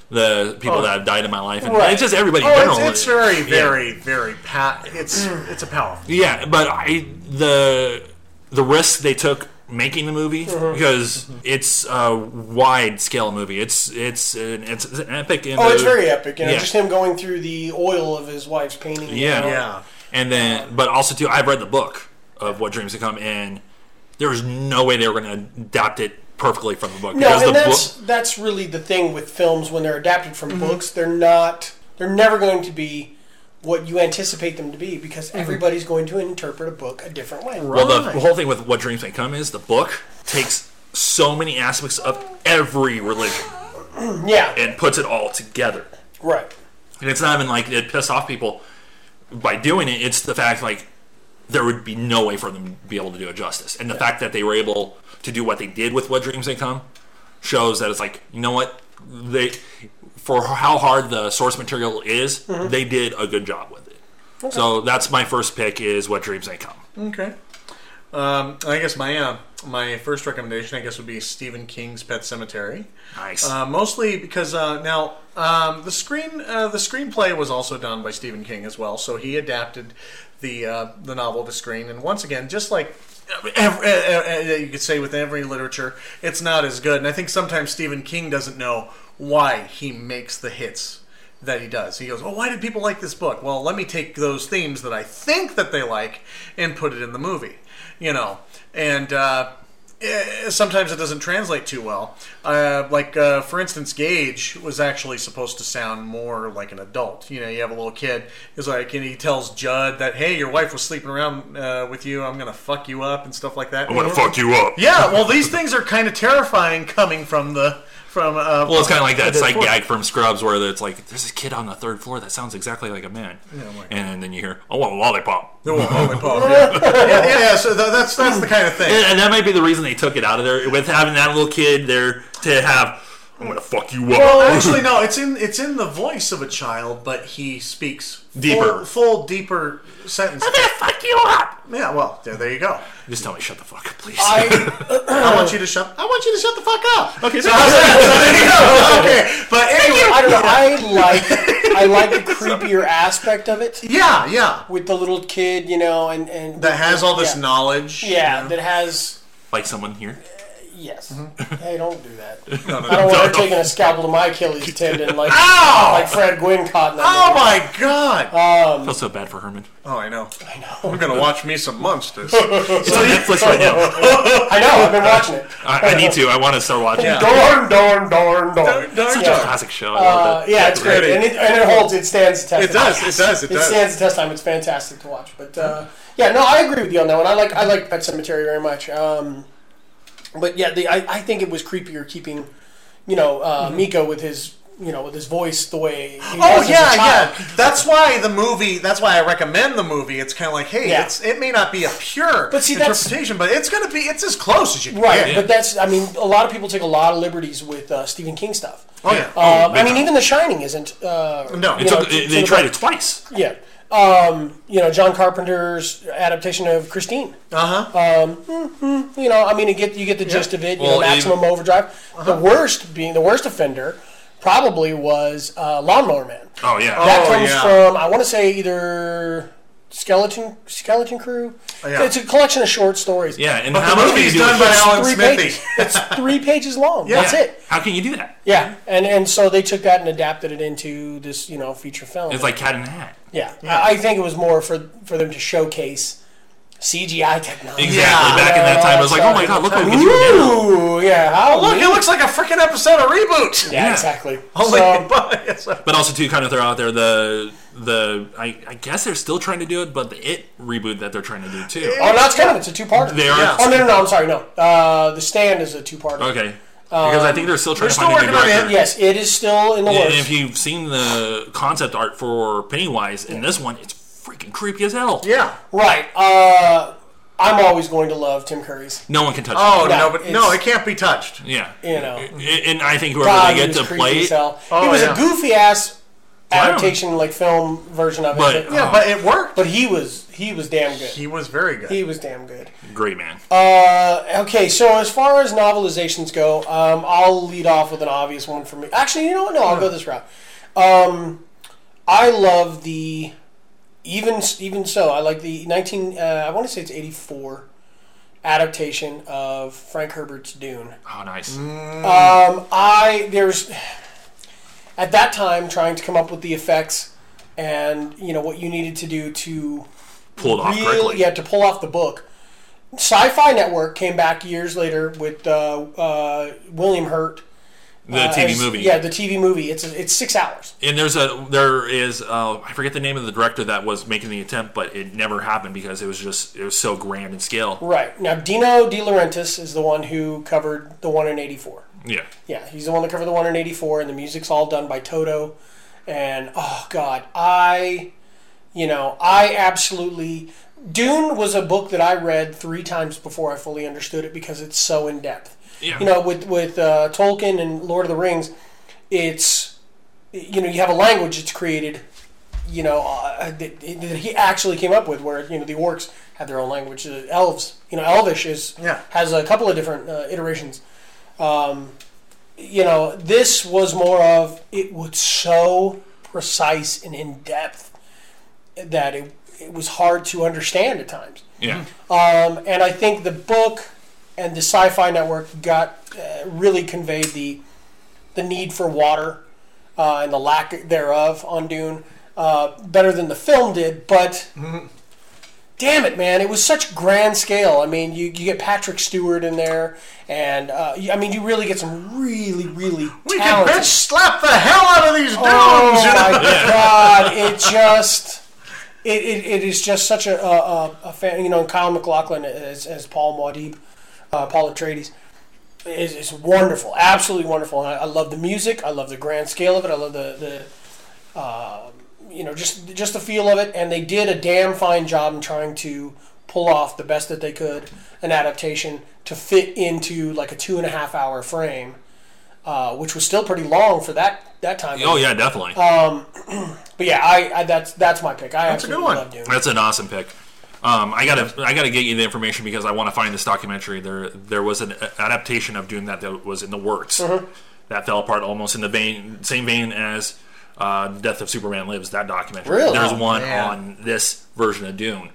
S1: the people that have died in my life, and
S3: Oh. Right.
S1: it's just everybody. in
S2: Oh,
S1: general.
S2: it's, it's very,
S1: Yeah.
S2: very, very pat. It's
S3: Mm.
S2: it's a powerful.
S1: Yeah, but I the the risk they took making the movie
S3: Mm-hmm.
S1: because it's a wide scale movie. It's it's an, it's an epic. In
S3: Oh,
S1: the-
S3: it's very epic. You know,
S1: yeah.
S3: just him going through the oil of his wife's painting. you
S1: Yeah.
S3: know.
S2: Yeah.
S1: And
S3: Um,
S1: then, but also too, I've read the book of what dreams to come, and there was no way they were going to adapt it perfectly from the book
S3: No,
S1: the
S3: and that's
S1: book.
S3: that's really the thing with films when they're adapted from books. They're not. They're never going to be what you anticipate them to be because everybody's going to interpret a book a different way.
S1: Well, the whole thing with what dreams may come is the book takes so many aspects of every religion
S3: Yeah.
S1: and puts it all together.
S3: right.
S1: And it's not even like it pissed off people by doing it. It's the fact like there would be no way for them to be able to do it justice. And the fact that they were able to do what they did with what dreams they come shows that it's like you know what they for how hard the source material is, they did a good job with it. So that's my first pick is what dreams they come.
S2: Okay. Um, I guess my uh, my first recommendation, I guess, would be Stephen King's Pet Cemetery.
S1: Nice.
S2: Uh, mostly because uh, now um, the screen uh, the screenplay was also done by Stephen King as well, so he adapted the uh, the novel to screen. And once again, just like every, uh, uh, you could say with every literature, it's not as good. And I think sometimes Stephen King doesn't know why he makes the hits that he does. He goes, "Well, why did people like this book? Well, let me take those themes that I think that they like and put it in the movie." You know, and. Uh, eh, sometimes it doesn't translate too well. Uh, like uh, for instance, Gage was actually supposed to sound more like an adult. You know, you have a little kid. He's like, and he tells Judd that, "Hey, your wife was sleeping around uh, with you. I'm gonna fuck you up and stuff like that."
S1: I'm gonna fuck you up.
S2: Yeah, well, these things are kind of terrifying coming from the from. Uh,
S1: Well, it's kind of like that
S2: the
S1: sight
S2: fourth-
S1: gag from Scrubs where it's like, there's this kid on the third floor that sounds exactly like a man. and then you hear, I want a lollipop.
S2: Oh, lollipop, yeah. yeah, yeah, yeah, So tha- that's that's the kind of thing.
S1: And, and that might be the reason they took it out of there with having that little kid there to have. I'm gonna fuck you up.
S2: Well, actually, no. It's in it's in the voice of a child, but he speaks
S1: Deeper.
S2: full, full deeper sentences. I'm gonna fuck you up. Yeah. Well, there, there you go.
S1: Just tell me, shut the fuck up, please.
S2: I, I want you to shut. I want you to shut the fuck up.
S1: Okay,
S2: So,
S1: so-
S2: how's that? So there you go. Okay. But anyway,
S3: I don't know. I like I like the creepier aspect of it.
S2: Yeah, yeah.
S3: With the little kid, you know, and and
S2: That has all this
S3: yeah.
S2: knowledge.
S3: Yeah, that has
S1: Like someone here.
S3: yes. Hey, don't do that.
S1: No, no,
S3: I
S1: no,
S3: don't want her
S1: no.
S3: taking a scalpel to my Achilles tendon like
S1: Ah!
S2: Ow!
S3: like Fred Gwynn caught in that
S2: Oh
S3: movie.
S2: my god.
S1: I feel so bad for Herman.
S2: Oh, I know.
S3: I know.
S2: We're gonna watch me some monsters. So-
S1: It's on Netflix right now.
S3: I know. I've been watching it.
S1: I, I need to. I want to start watching.
S2: Yeah.
S1: it.
S3: Darn, darn, darn, darn.
S1: It's such a classic show. I
S3: Uh,
S1: love it.
S3: yeah, it's great,
S2: Pretty.
S3: and it, and it holds. It stands the test.
S2: It
S3: of time.
S2: does. It does. It
S3: It
S2: does.
S3: stands the test of time. It's fantastic to watch. But uh, yeah, no, I agree with you on that one. I like I like Pet Cemetery very much. Um, but yeah, the, I I think it was creepier keeping, you know, uh, Miko with his you know with his voice the way. He
S2: Mm-hmm. Oh
S3: was as a
S2: yeah,
S3: child.
S2: yeah. That's why the movie. That's why I recommend the movie. It's kind of like, hey,
S3: Yeah.
S2: it's it may not be a pure
S3: But see, that's-
S2: interpretation, but it's gonna be. It's as close as you can
S3: Right,
S2: get.
S3: but that's I mean a lot of people take a lot of liberties with uh, Stephen King stuff.
S2: Oh yeah.
S3: Um, I mean, even The Shining isn't. Uh,
S2: no.
S1: It
S3: you know,
S1: took,
S3: to-
S1: it-
S3: to
S1: they
S3: the
S1: tried
S3: point-
S1: it twice.
S3: Yeah. Um, you know, John Carpenter's adaptation of Christine.
S2: Uh huh.
S3: You know, I mean, you get you get the gist of it. You know,
S1: Well,
S3: maximum overdrive.
S2: Uh-huh.
S3: The worst being the worst offender probably was uh, Lawnmower Man.
S1: Oh yeah.
S3: That
S2: Oh,
S3: comes
S2: yeah.
S3: from I want to say either Skeleton Skeleton Crew.
S2: Oh, yeah.
S3: It's a collection of short stories.
S1: yeah. And
S2: But
S1: how
S2: the
S1: much can you
S2: movie's
S1: do?
S2: done
S1: with-
S2: by
S3: It's
S2: Alan
S3: three
S2: Smithy.
S3: pages. It's three pages long. That's it.
S1: How can you do that?
S3: Yeah, and and so they took that and adapted it into this you know feature film.
S1: It's like Cat in the Hat.
S3: Yeah, I I think it was more for for them to showcase CGI technology.
S1: Exactly.
S2: Yeah.
S1: Back in that time, I was like, oh my god, look what we can do now.
S3: Ooh, yeah. How
S2: Look, it looks like a freaking episode of reboot.
S3: yeah,
S1: yeah.
S3: exactly.
S2: Holy
S3: so,
S1: But also to kind of throw out there the the I, I guess they're still trying to do it, but the It reboot that they're trying to do too.
S3: oh, no, it's coming. It's a two-parter.
S1: They are-
S3: Oh no, no, no. I'm sorry. No, uh, the stand is a two-parter.
S1: Okay. Because I think they're still trying to
S2: they're still
S1: find a new
S2: working on
S1: director.
S3: Yes, it is still in the
S1: And
S3: works.
S1: if you've seen the concept art for Pennywise in this one, it's freaking creepy as hell.
S2: Yeah.
S3: right. Uh, I'm always going to love Tim Curry's.
S1: No one can touch
S2: Oh
S1: it.
S3: No,
S2: no, but no,
S3: it's-
S2: it can't be touched.
S1: Yeah.
S3: You know.
S1: And- And I think whoever
S3: God,
S1: they
S3: he
S1: get
S3: was
S1: to
S3: creepy
S1: play
S3: as
S1: it,
S3: hell. he
S2: Oh,
S3: was
S2: yeah.
S3: a goofy ass
S1: don't-
S3: adaptation, like film version of it.
S1: But-
S3: But,
S2: Yeah, but it worked.
S3: but he was he was damn good.
S2: He was very good.
S3: He was damn good.
S1: great man.
S3: Uh, Okay, so as far as novelizations go, um, I'll lead off with an obvious one for me. Actually, you know what? No, I'll go this route. Um, I love the even even so. I like the nineteen. Uh, I want to say it's eighty four adaptation of Frank Herbert's Dune.
S1: oh, nice.
S3: I there's at that time trying to come up with the effects and you know what you needed to do to
S1: Pulled off
S3: real,
S1: correctly.
S3: yeah, to pull off the book. Sci-Fi Network came back years later with uh, uh, William Hurt.
S1: The
S3: uh,
S1: TV
S3: as-
S1: movie.
S3: Yeah, the TV movie. It's it's six hours.
S1: And there's a there is uh, I forget the name of the director that was making the attempt, but it never happened because it was just it was so grand in scale.
S3: Right now, Dino De Laurentiis is the one who covered the one in '84.
S1: Yeah.
S3: Yeah, he's the one that covered the one in '84, and the music's all done by Toto. And oh god, I, you know, I absolutely. Dune was a book that I read three times before I fully understood it because it's so in depth.
S1: Yeah.
S3: You know, with with uh, Tolkien and Lord of the Rings, it's you know you have a language that's created, you know, uh, that, that he actually came up with where you know the orcs have their own language, the elves, you know, Elvish is
S2: Yeah.
S3: has a couple of different uh, iterations Um, you know, this was more of it was so precise and in depth that it it was hard to understand at times.
S1: Yeah.
S3: Um, and I think the book and the Sci-Fi Network got uh, really conveyed the the need for water uh, and the lack thereof on Dune uh, better than the film did, but. Damn it, man! It was such grand scale. I mean, you, you get Patrick Stewart in there, and uh, you- I mean, you really get some really, really
S2: we can
S3: talented.
S2: bitch slap the hell out of these dudes.
S3: Oh
S2: you know?
S3: my god! It just it, it, it is just such a a, a, a fan, you know. and Kyle McLaughlin as, as Paul Maudib, uh, Paul Atreides is is wonderful, absolutely wonderful. And I, I love the music. I love the grand scale of it. I love the the. um you know, just just the feel of it, and they did a damn fine job in trying to pull off the best that they could an adaptation to fit into like a two and a half hour frame uh, which was still pretty long for that that time.
S1: Oh, yeah, definitely.
S3: Um, but yeah, I, I that's that's my pick. I
S1: That's a
S3: absolutely
S1: good one.
S3: love Dune.
S1: That's an awesome pick. Um, I gotta, I gotta get you the information because I want to find this documentary. There, there was an adaptation of Dune that that was in the works
S3: Mhm.
S1: that fell apart almost in the vein, same vein as uh, Death of Superman Lives. That documentary.
S3: Really?
S1: There's
S3: Oh,
S1: one
S3: man.
S1: on this version of Dune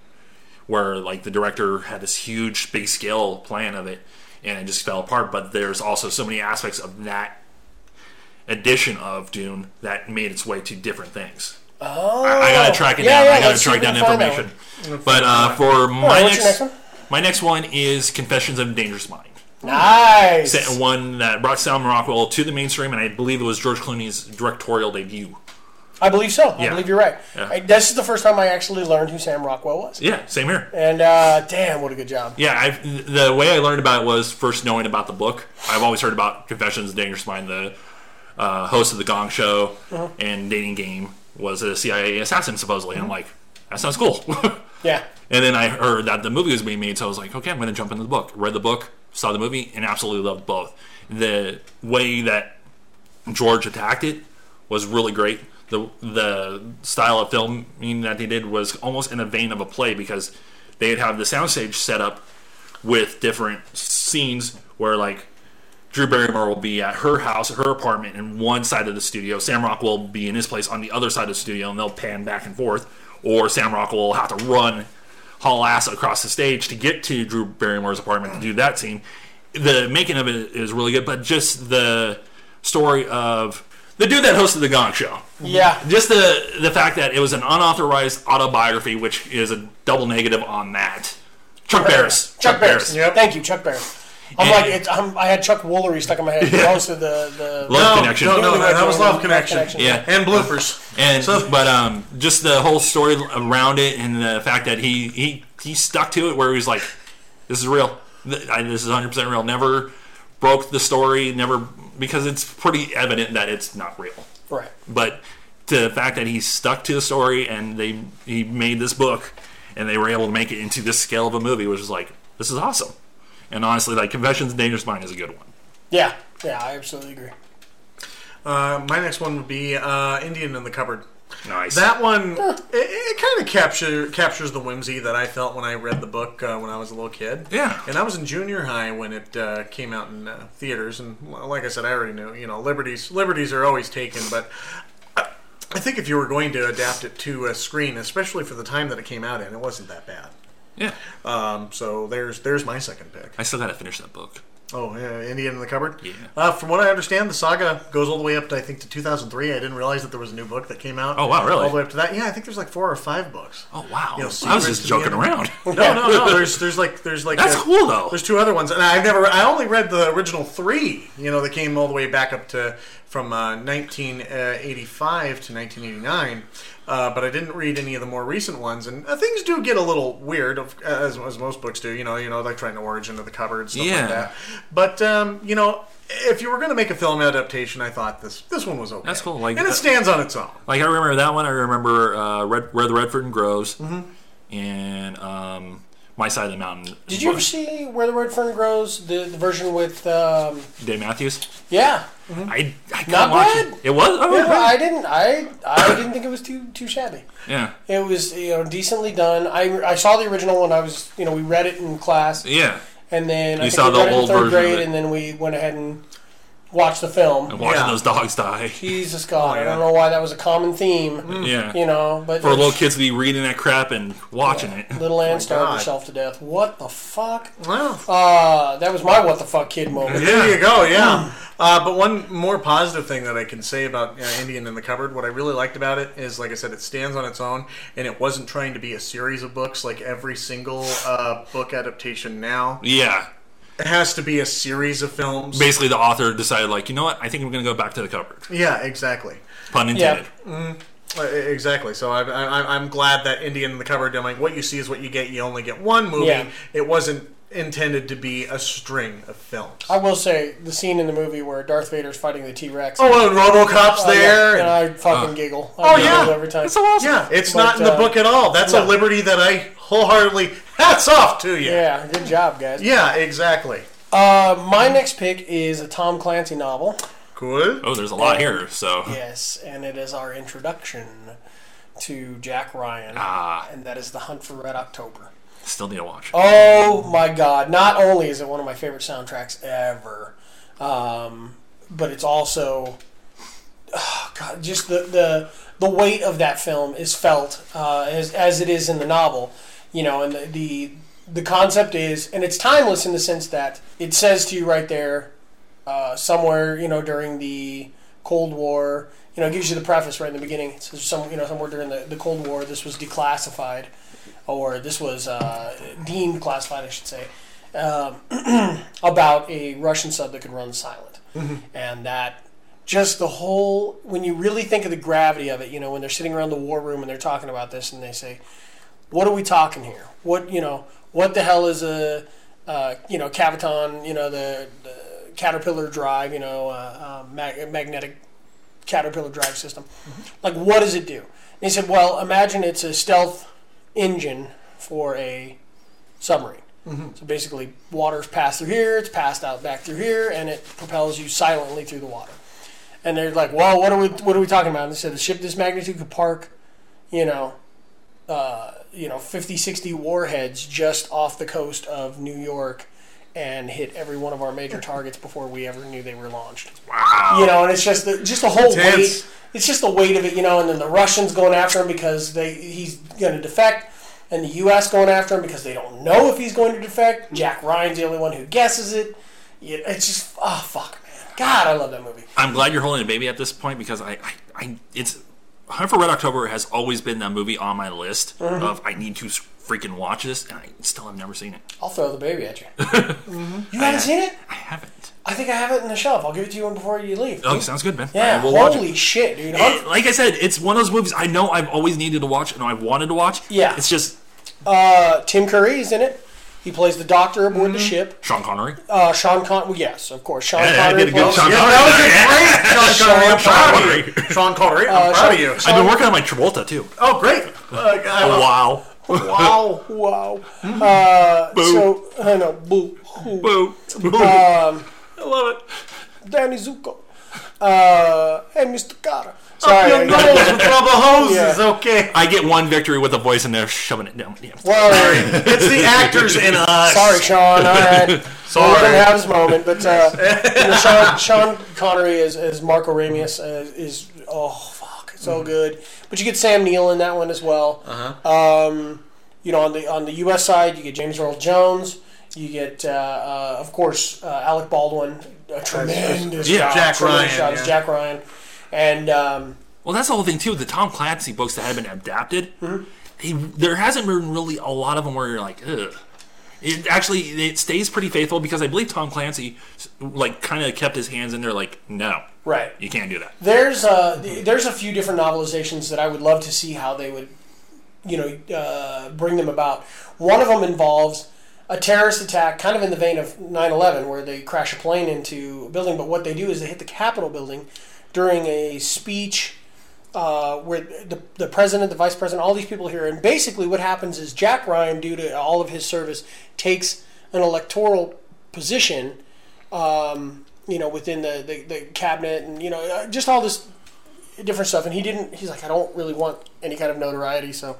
S1: where like the director had this huge, big scale plan of it, and it just fell apart. But there's also so many aspects of that edition of Dune that made its way to different things.
S3: Oh,
S1: I, I gotta track it down.
S3: Yeah, yeah,
S1: I gotta
S3: let's see if
S1: track
S3: we
S1: down
S3: can find that
S1: information.
S3: one.
S1: But uh, for
S3: All right,
S1: my
S3: what's your
S1: next,
S3: next one?
S1: my next one is Confessions of a Dangerous Mind.
S3: Nice.
S1: Sa- One that brought Salman Rockwell to the mainstream, and I believe it was George Clooney's directorial debut.
S3: I believe so. I
S1: Yeah.
S3: believe you're right.
S1: Yeah.
S3: I, this is the first time I actually learned who Sam Rockwell was.
S1: Yeah, same here.
S3: And uh, damn, what a good job.
S1: Yeah, i the way I learned about it was first knowing about the book. I've always heard about Confessions of a Dangerous Mind. The uh, host of the Gong Show
S3: Uh-huh.
S1: and Dating Game was a CIA assassin, supposedly. And I'm like, that sounds cool.
S3: Uh-huh. Yeah.
S1: And then I heard that the movie was being made, so I was like, okay, I'm going to jump into the book. Read the book, saw the movie, and absolutely loved both. The way that George attacked it was really great. The the style of filming that they did was almost in a vein of a play because they'd have the soundstage set up with different scenes where like Drew Barrymore will be at her house, her apartment, in one side of the studio. Sam Rockwell will be in his place on the other side of the studio, and they'll pan back and forth. Or Sam Rockwell will have to run, haul ass across the stage to get to Drew Barrymore's apartment to do that scene. The making of it is really good, but just the story of the dude that hosted the Gong Show.
S3: Yeah.
S1: Just the the fact that it was an unauthorized autobiography, which is a double negative on that. Chuck Barris.
S3: Chuck Barris. Thank you, Chuck Barris. I'm like, it's, I'm, I had Chuck Woolery stuck in my head. He hosted the, the
S1: Love Connection.
S3: the
S2: no, that was Love Connection.
S1: Yeah,
S2: and bloopers.
S1: And but um, just the whole story around it, and the fact that he he he stuck to it, where he was like, "This is real. Th- I- This is 100 percent real." Never broke the story. Never because it's pretty evident that it's not real.
S3: Right.
S1: But the fact that he stuck to the story and they he made this book, and they were able to make it into this scale of a movie, which is like, this is awesome. And honestly, like Confessions of a Dangerous Mind is a good one.
S3: Yeah, yeah, I absolutely agree.
S2: Uh, my next one would be uh, Indian in the Cupboard.
S1: Nice.
S2: That one, it, it kind of capture, captures the whimsy that I felt when I read the book uh, when I was a little kid.
S1: Yeah.
S2: And I was in junior high when it uh, came out in uh, theaters, and well, like I said, I already knew, you know, liberties liberties are always taken, but I- I think if you were going to adapt it to a screen, especially for the time that it came out in, it wasn't that bad.
S1: Yeah.
S2: Um, so there's there's my second pick.
S1: I still gotta finish that book.
S2: Oh, yeah, Indian in the cupboard.
S1: Yeah.
S2: Uh, from what I understand, the saga goes all the way up to I think to 2003. I didn't realize that there was a new book that came out.
S1: Oh, wow, really?
S2: All the way up to that. Yeah, I think there's like four or five books.
S1: Oh wow!
S2: You
S1: I
S2: know,
S1: was
S2: Secrets
S1: just
S2: to the
S1: joking
S2: End-
S1: around.
S2: No, no, no. There's there's like there's like
S1: That's
S2: uh,
S1: cool, though.
S2: There's two other ones, and I've never I only read the original three. You know, that came all the way back up to from uh, 1985 to 1989. Uh, but I didn't read any of the more recent ones, and uh, things do get a little weird, of, as, as most books do. You know, you know, like trying to origin of the cupboard, stuff
S1: Yeah.
S2: like that. But um, you know, if you were going to make a film adaptation, I thought this this one was okay.
S1: That's cool. Like
S2: and it
S1: that-
S2: stands on its own.
S1: Like I remember that one. I remember uh, Red, Red Redford and Groves,
S3: Mhm.
S1: and um, My Side of the Mountain.
S3: Did you ever see Where the Red Fern Grows? The, the version with, um,
S1: Dave Matthews?
S3: yeah.
S1: I, I couldn't
S3: Hmm? Not
S1: watch
S3: bad.
S1: It. it was. Oh,
S3: yeah,
S1: yeah.
S3: I didn't. I I didn't think it was too too shabby.
S1: yeah.
S3: It was you know decently done. I, I saw the original one. I was you know we read it in class.
S1: Yeah.
S3: And then I
S1: You
S3: think
S1: saw the
S3: we read it in
S1: old
S3: third
S1: version of
S3: grade,
S1: it.
S3: and then we went ahead and watched the film.
S1: And watching those dogs die.
S3: Jesus God, I
S2: Oh,
S1: yeah.
S3: don't know why that was a common theme.
S1: Yeah.
S3: You know, but
S1: Mm. For little kids to be reading that crap and watching it.
S3: Little
S2: Oh
S3: Ann starved
S1: God.
S3: herself to death. What the fuck?
S2: Wow.
S3: Uh, that was my what the fuck kid moment.
S2: There you go. Yeah. Uh, but one more positive thing that I can say about uh, Indian in the Cupboard, what I really liked about it is, like I said, it stands on its own, and it wasn't trying to be a series of books like every single uh, book adaptation now.
S1: Yeah.
S2: It has to be a series of films.
S1: Basically, the author decided, like, you know what? I think I'm going to go back to the cupboard.
S2: Yeah, exactly.
S1: Pun intended.
S2: Mhm. Uh, Exactly. So I, I, I'm glad that Indian in the Cupboard. I'm like, what you see is what you get. You only get one movie.
S3: Yeah.
S2: It wasn't intended to be a string of films.
S3: I will say the scene in the movie where Darth Vader's fighting the T Rex.
S2: Oh, and RoboCop's there,
S3: and, I
S2: and-
S3: fucking
S2: Uh.
S3: giggle. I
S2: Oh,
S3: giggle
S2: yeah.
S3: every time.
S2: That's so awesome. Yeah, it's
S3: But,
S2: not in the
S3: uh,
S2: book at all. That's
S3: no.
S2: a liberty that I wholeheartedly hats off to you.
S3: Yeah, good job, guys.
S2: Yeah, exactly.
S3: Uh, my next pick is a Tom Clancy novel.
S2: Cool.
S1: Oh, there's a lot here. So
S3: Yes, and it is our introduction to Jack Ryan,
S1: Ah.
S3: and that is The Hunt for Red October.
S1: still need to watch.
S3: Oh my God! Not only is it one of my favorite soundtracks ever, um, but it's also oh God, just the, the the weight of that film is felt uh, as as it is in the novel. You know, and the, the the concept is, and it's timeless in the sense that it says to you right there, uh, somewhere you know during the Cold War. You know, it gives you the preface right in the beginning. It says some you know somewhere during the, the Cold War, this was declassified or this was uh, deemed classified, I should say, um, about a Russian sub that could run silent. And that just the whole, when you really think of the gravity of it, you know, when they're sitting around the war room and they're talking about this and they say, what are we talking here? What, you know, what the hell is a, uh, you know, Cavaton, you know, the, the caterpillar drive, you know, uh, uh, mag- magnetic caterpillar drive system. Like, what does it do? And he said, well, imagine it's a stealth engine for a submarine. So basically, water's passed through here, it's passed out back through here, and it propels you silently through the water. And they're like, "Well, what are we? What are we talking about?" And they said, "A ship this magnitude could park, you know, uh, you know, 50, 60 warheads just off the coast of New York." And hit every one of our major targets before we ever knew they were launched. Wow! You know, and it's just the just the whole
S2: Intense.
S3: weight. It's just the weight of it, you know. And then the Russians going after him because they he's going to defect and the U.S. going after him because they don't know if he's going to defect. Jack Ryan's the only one who guesses it. Yeah, It's just oh fuck, man. God, I love that movie.
S1: I'm glad you're holding a baby at this point because I, I, I it's Hunt for Red October has always been that movie on my list
S3: Mhm.
S1: of I need to s- freaking watch this, and I still have never seen it.
S3: I'll throw the baby at you. Oh, You haven't seen it? I
S1: haven't.
S3: I think I have it in the shelf. I'll give it to you before you leave.
S1: Oh, sounds good, man.
S3: Yeah,
S1: Alright, we'll watch it.
S3: holy shit, dude.
S1: It- like I said, it's one of those movies I know I've always needed to watch and I've wanted to watch.
S3: Yeah.
S1: It's just
S3: Uh, Tim Curry is in it. He plays the doctor aboard the ship.
S1: Sean Connery.
S3: Uh, Sean Con, well, yes, of course. Sean
S1: Mm-hmm. Yeah, I
S3: Connery.
S1: did a good
S3: plays-
S1: Sean
S3: Yeah,
S1: Connery.
S3: that was a great Sean Connery. I'm proud of you.
S2: Sean Connery, I'm
S3: Uh,
S2: proud
S3: Sean-
S2: of you.
S1: I've been working on my Travolta too. Oh,
S2: Oh, great. Uh, I love-
S1: wow.
S3: wow, wow.
S1: Mm-hmm.
S3: Uh, So, I know, boo. Boo. Um, I love it. Danny Zuko. Uh, hey, Mr. Carter. Sorry. I-
S2: okay.
S1: I get one victory with a voice and they're shoving it down. my damn-
S3: Well,
S2: it's the actors in uh, us.
S3: Sorry, Sean. All right.
S1: Sorry.
S3: Well, we didn't have his moment, but uh, you know, Sean, Sean Connery as, as Marco Ramius uh, is, oh, fuck, so
S1: Mm-hmm.
S3: good. But you get Sam Neill in that one as well.
S1: Uh-huh.
S3: Um, you know, on the on the U.S. side, you get James Earl Jones. You get, uh, uh, of course, uh, Alec Baldwin. A tremendous
S1: Yeah,
S3: job,
S1: Jack
S3: tremendous
S1: Ryan,
S3: job as
S1: yeah.
S3: Jack Ryan. And um,
S1: Well, that's the whole thing too. The Tom Clancy books that have been adapted,
S3: Mm-hmm.
S1: they- there hasn't been really a lot of them where you're like, ugh. It actually it stays pretty faithful because I believe Tom Clancy like kind of kept his hands in there, like, no,
S3: right.
S1: you can't do that.
S3: There's a there's a few different novelizations that I would love to see how they would, you know, uh, bring them about. One of them involves a terrorist attack, kind of in the vein of 9/11, where they crash a plane into a building. But what they do is they hit the Capitol building during a speech uh, where the, the president, the vice president, all these people here, and basically what happens is Jack Ryan, due to all of his service, takes an electoral position, um, you know, within the, the, the cabinet, and you know, uh, just all this different stuff. And he didn't. He's like, I don't really want any kind of notoriety, so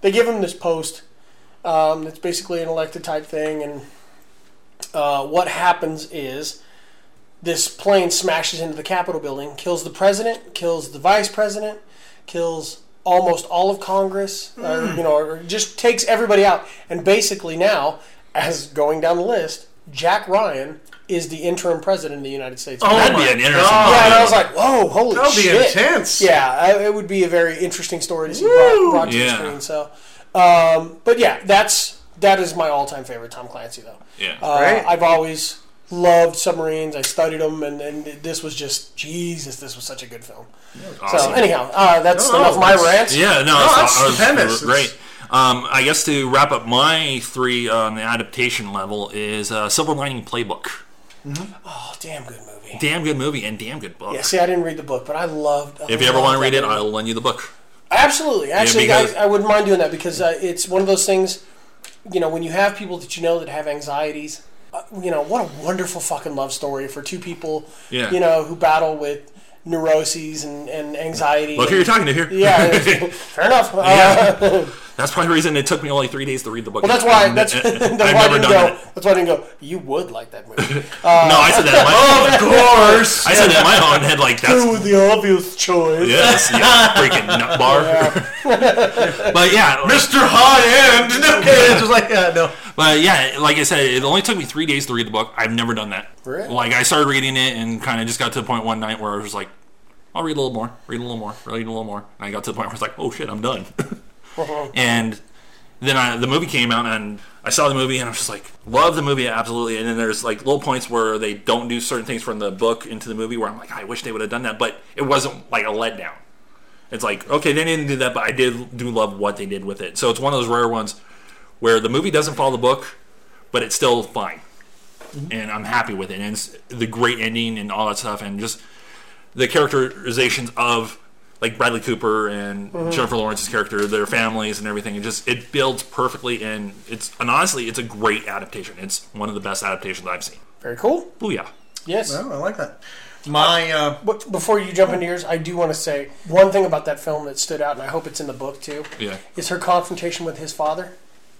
S3: they give him this post. Um, it's basically an elected type thing, and uh, what happens is this plane smashes into the Capitol building, kills the president, kills the vice president, kills almost all of Congress, or, you know, or just takes everybody out. And basically now, as going down the list, Jack Ryan is the interim president of the United States.
S1: Oh That'd my be an interesting God.
S3: Yeah, and I was like, whoa, holy
S1: That'd be
S3: shit.
S1: intense.
S3: Yeah, I- it would be a very interesting story to see brought, brought to the
S1: Yeah.
S3: screen. So, um, but yeah, that's that is my all-time favorite Tom Clancy though.
S1: Yeah.
S3: Uh,
S1: Right.
S3: I've always loved submarines. I studied them, and, and this was just Jesus. This was such a good film. So
S1: awesome.
S3: anyhow, uh, that's
S1: No, no,
S3: enough of my
S1: that's-
S3: rant.
S1: Yeah, no,
S3: it's
S1: it's, uh, it's Great. Um, I guess to wrap up my three uh, on the adaptation level is uh, Silver Lining Playbook.
S3: Oh, damn good movie.
S1: Damn good movie and damn good book.
S3: Yeah, see, I didn't read the book, but I loved. I
S1: if you ever
S3: loved
S1: want to
S3: that
S1: read it,
S3: movie.
S1: I'll lend you the book.
S3: Absolutely.
S1: Yeah,
S3: Actually,
S1: because-
S3: I, I wouldn't mind doing that because uh, it's one of those things, you know, when you have people that you know that have anxieties uh, you know, what a wonderful fucking love story for two people,
S1: Yeah.
S3: you know, who battle with neuroses and, and anxiety.
S1: Look who you're talking to here.
S3: Yeah, fair enough. Uh,
S1: That's probably the reason it took me only three days to read the book.
S3: well, that's why that's,
S1: I've
S3: that's why I
S1: never
S3: didn't
S1: done
S3: go.
S1: that.
S3: That's why I didn't go. You would like that movie.
S1: no, I said that. in My,
S3: "Oh, Of course.
S1: I said that in my own head. Like that's
S3: Ooh, the obvious choice.
S1: yes, you freaking nut bar. but yeah,
S2: Mr. High End.
S3: it's just like uh, no.
S1: But yeah, like I said, it only took me three days to read the book. I've never done that.
S3: Really?
S1: Like I started reading it and kind of just got to the point one night where I was like, I'll read a little more, read a little more, read a little more, and I got to the point where I was like, oh shit, I'm done. and then I, the movie came out and I saw the movie and I was just like, love the movie absolutely. And then there's like little points where they don't do certain things from the book into the movie where I'm like, I wish they would have done that, but it wasn't like a letdown. It's like okay, they didn't do that, but I did do love what they did with it. So it's one of those rare ones where the movie doesn't follow the book, but it's still fine,
S3: Mm-hmm.
S1: and I'm happy with it. And it's the great ending and all that stuff, and just the characterizations of like Bradley Cooper and
S3: Mm-hmm.
S11: Mhm.
S1: Jennifer Lawrence's character, their families and everything. It just it builds perfectly, and it's and honestly, it's a great adaptation. It's one of the best adaptations I've seen.
S3: Very cool.
S1: Booyah!
S3: Yes.
S2: Well, Oh, I like that. My uh,
S3: but before you jump into yours, I do want to say one thing about that film that stood out, and I hope it's in the book too.
S1: Yeah.
S3: Is her confrontation with his father?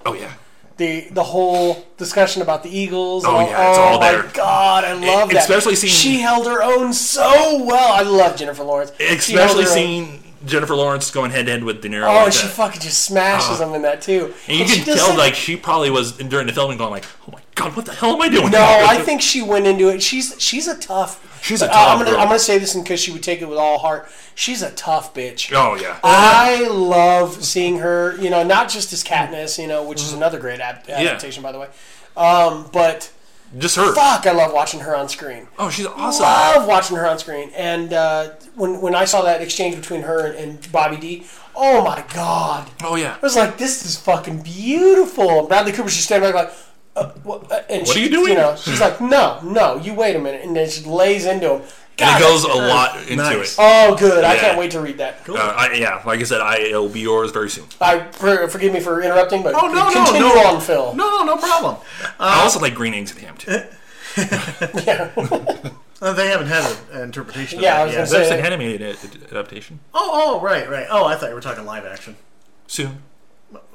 S1: Oh yeah.
S3: The the whole discussion about the Eagles. and
S1: Oh, yeah, it's all
S3: my
S1: there.
S3: God, I love that.
S1: especially seeing-
S3: she held her own so well. I love Jennifer Lawrence, She held
S1: Especially
S3: her own-
S1: seeing Jennifer Lawrence going head to head with De Niro.
S3: Oh,
S1: like
S3: and she
S1: that.
S3: fucking just smashes
S1: Oh.
S3: him in that too.
S1: And you
S3: she
S1: can
S3: does
S1: tell,
S3: it-
S1: like, she probably was during the filming going, like, "Oh my god, what the hell am I doing?"
S3: No, I think she went into it. She's she's a tough.
S1: She's a
S3: but,
S1: tough
S3: I'm gonna
S1: girl.
S3: I'm gonna say this because she would take it with all heart. She's a tough bitch.
S1: Oh yeah.
S3: I love seeing her. You know, not just as Katniss. You know, which
S1: Mm-hmm.
S3: is another great ad- adaptation, by the way. Um, but
S1: Just her.
S3: Fuck, I love watching her on screen.
S1: Oh, she's awesome.
S3: Love watching her on screen. And uh, when when I saw that exchange between her and, and Bobby D, oh my god.
S1: Oh yeah.
S3: I was like, this is fucking beautiful. Bradley Cooper, she's standing back like, uh, what, uh, and
S1: What are
S3: she-
S1: you doing?
S3: know, she's like, no, no, you wait a minute, and then she lays into him.
S1: and
S3: God,
S1: it goes a
S3: that's-
S1: lot into it.
S3: Oh, good. I
S1: Yeah.
S3: can't wait to read that.
S1: Uh, I, yeah, like I said, I, it'll be yours very soon.
S3: I for, forgive me for interrupting, but
S2: Oh, no, no,
S3: continue
S2: no.
S3: on, Phil.
S2: no, no, no problem.
S1: I also like Green Eggs and Ham
S2: eh,
S1: too.
S2: Uh, they haven't had an interpretation.
S3: Yeah, I
S2: of
S3: was
S2: that
S3: gonna
S2: yet.
S3: say-
S1: That's an animated ad- adaptation.
S2: Oh, oh, right, right. Oh, I thought you were talking live action.
S1: Soon.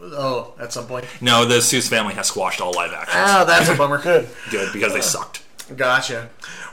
S2: Oh, at some point.
S1: No, the Seuss family has squashed all live actions.
S2: Ah, that's a bummer. Good.
S1: Good because they sucked.
S2: Gotcha.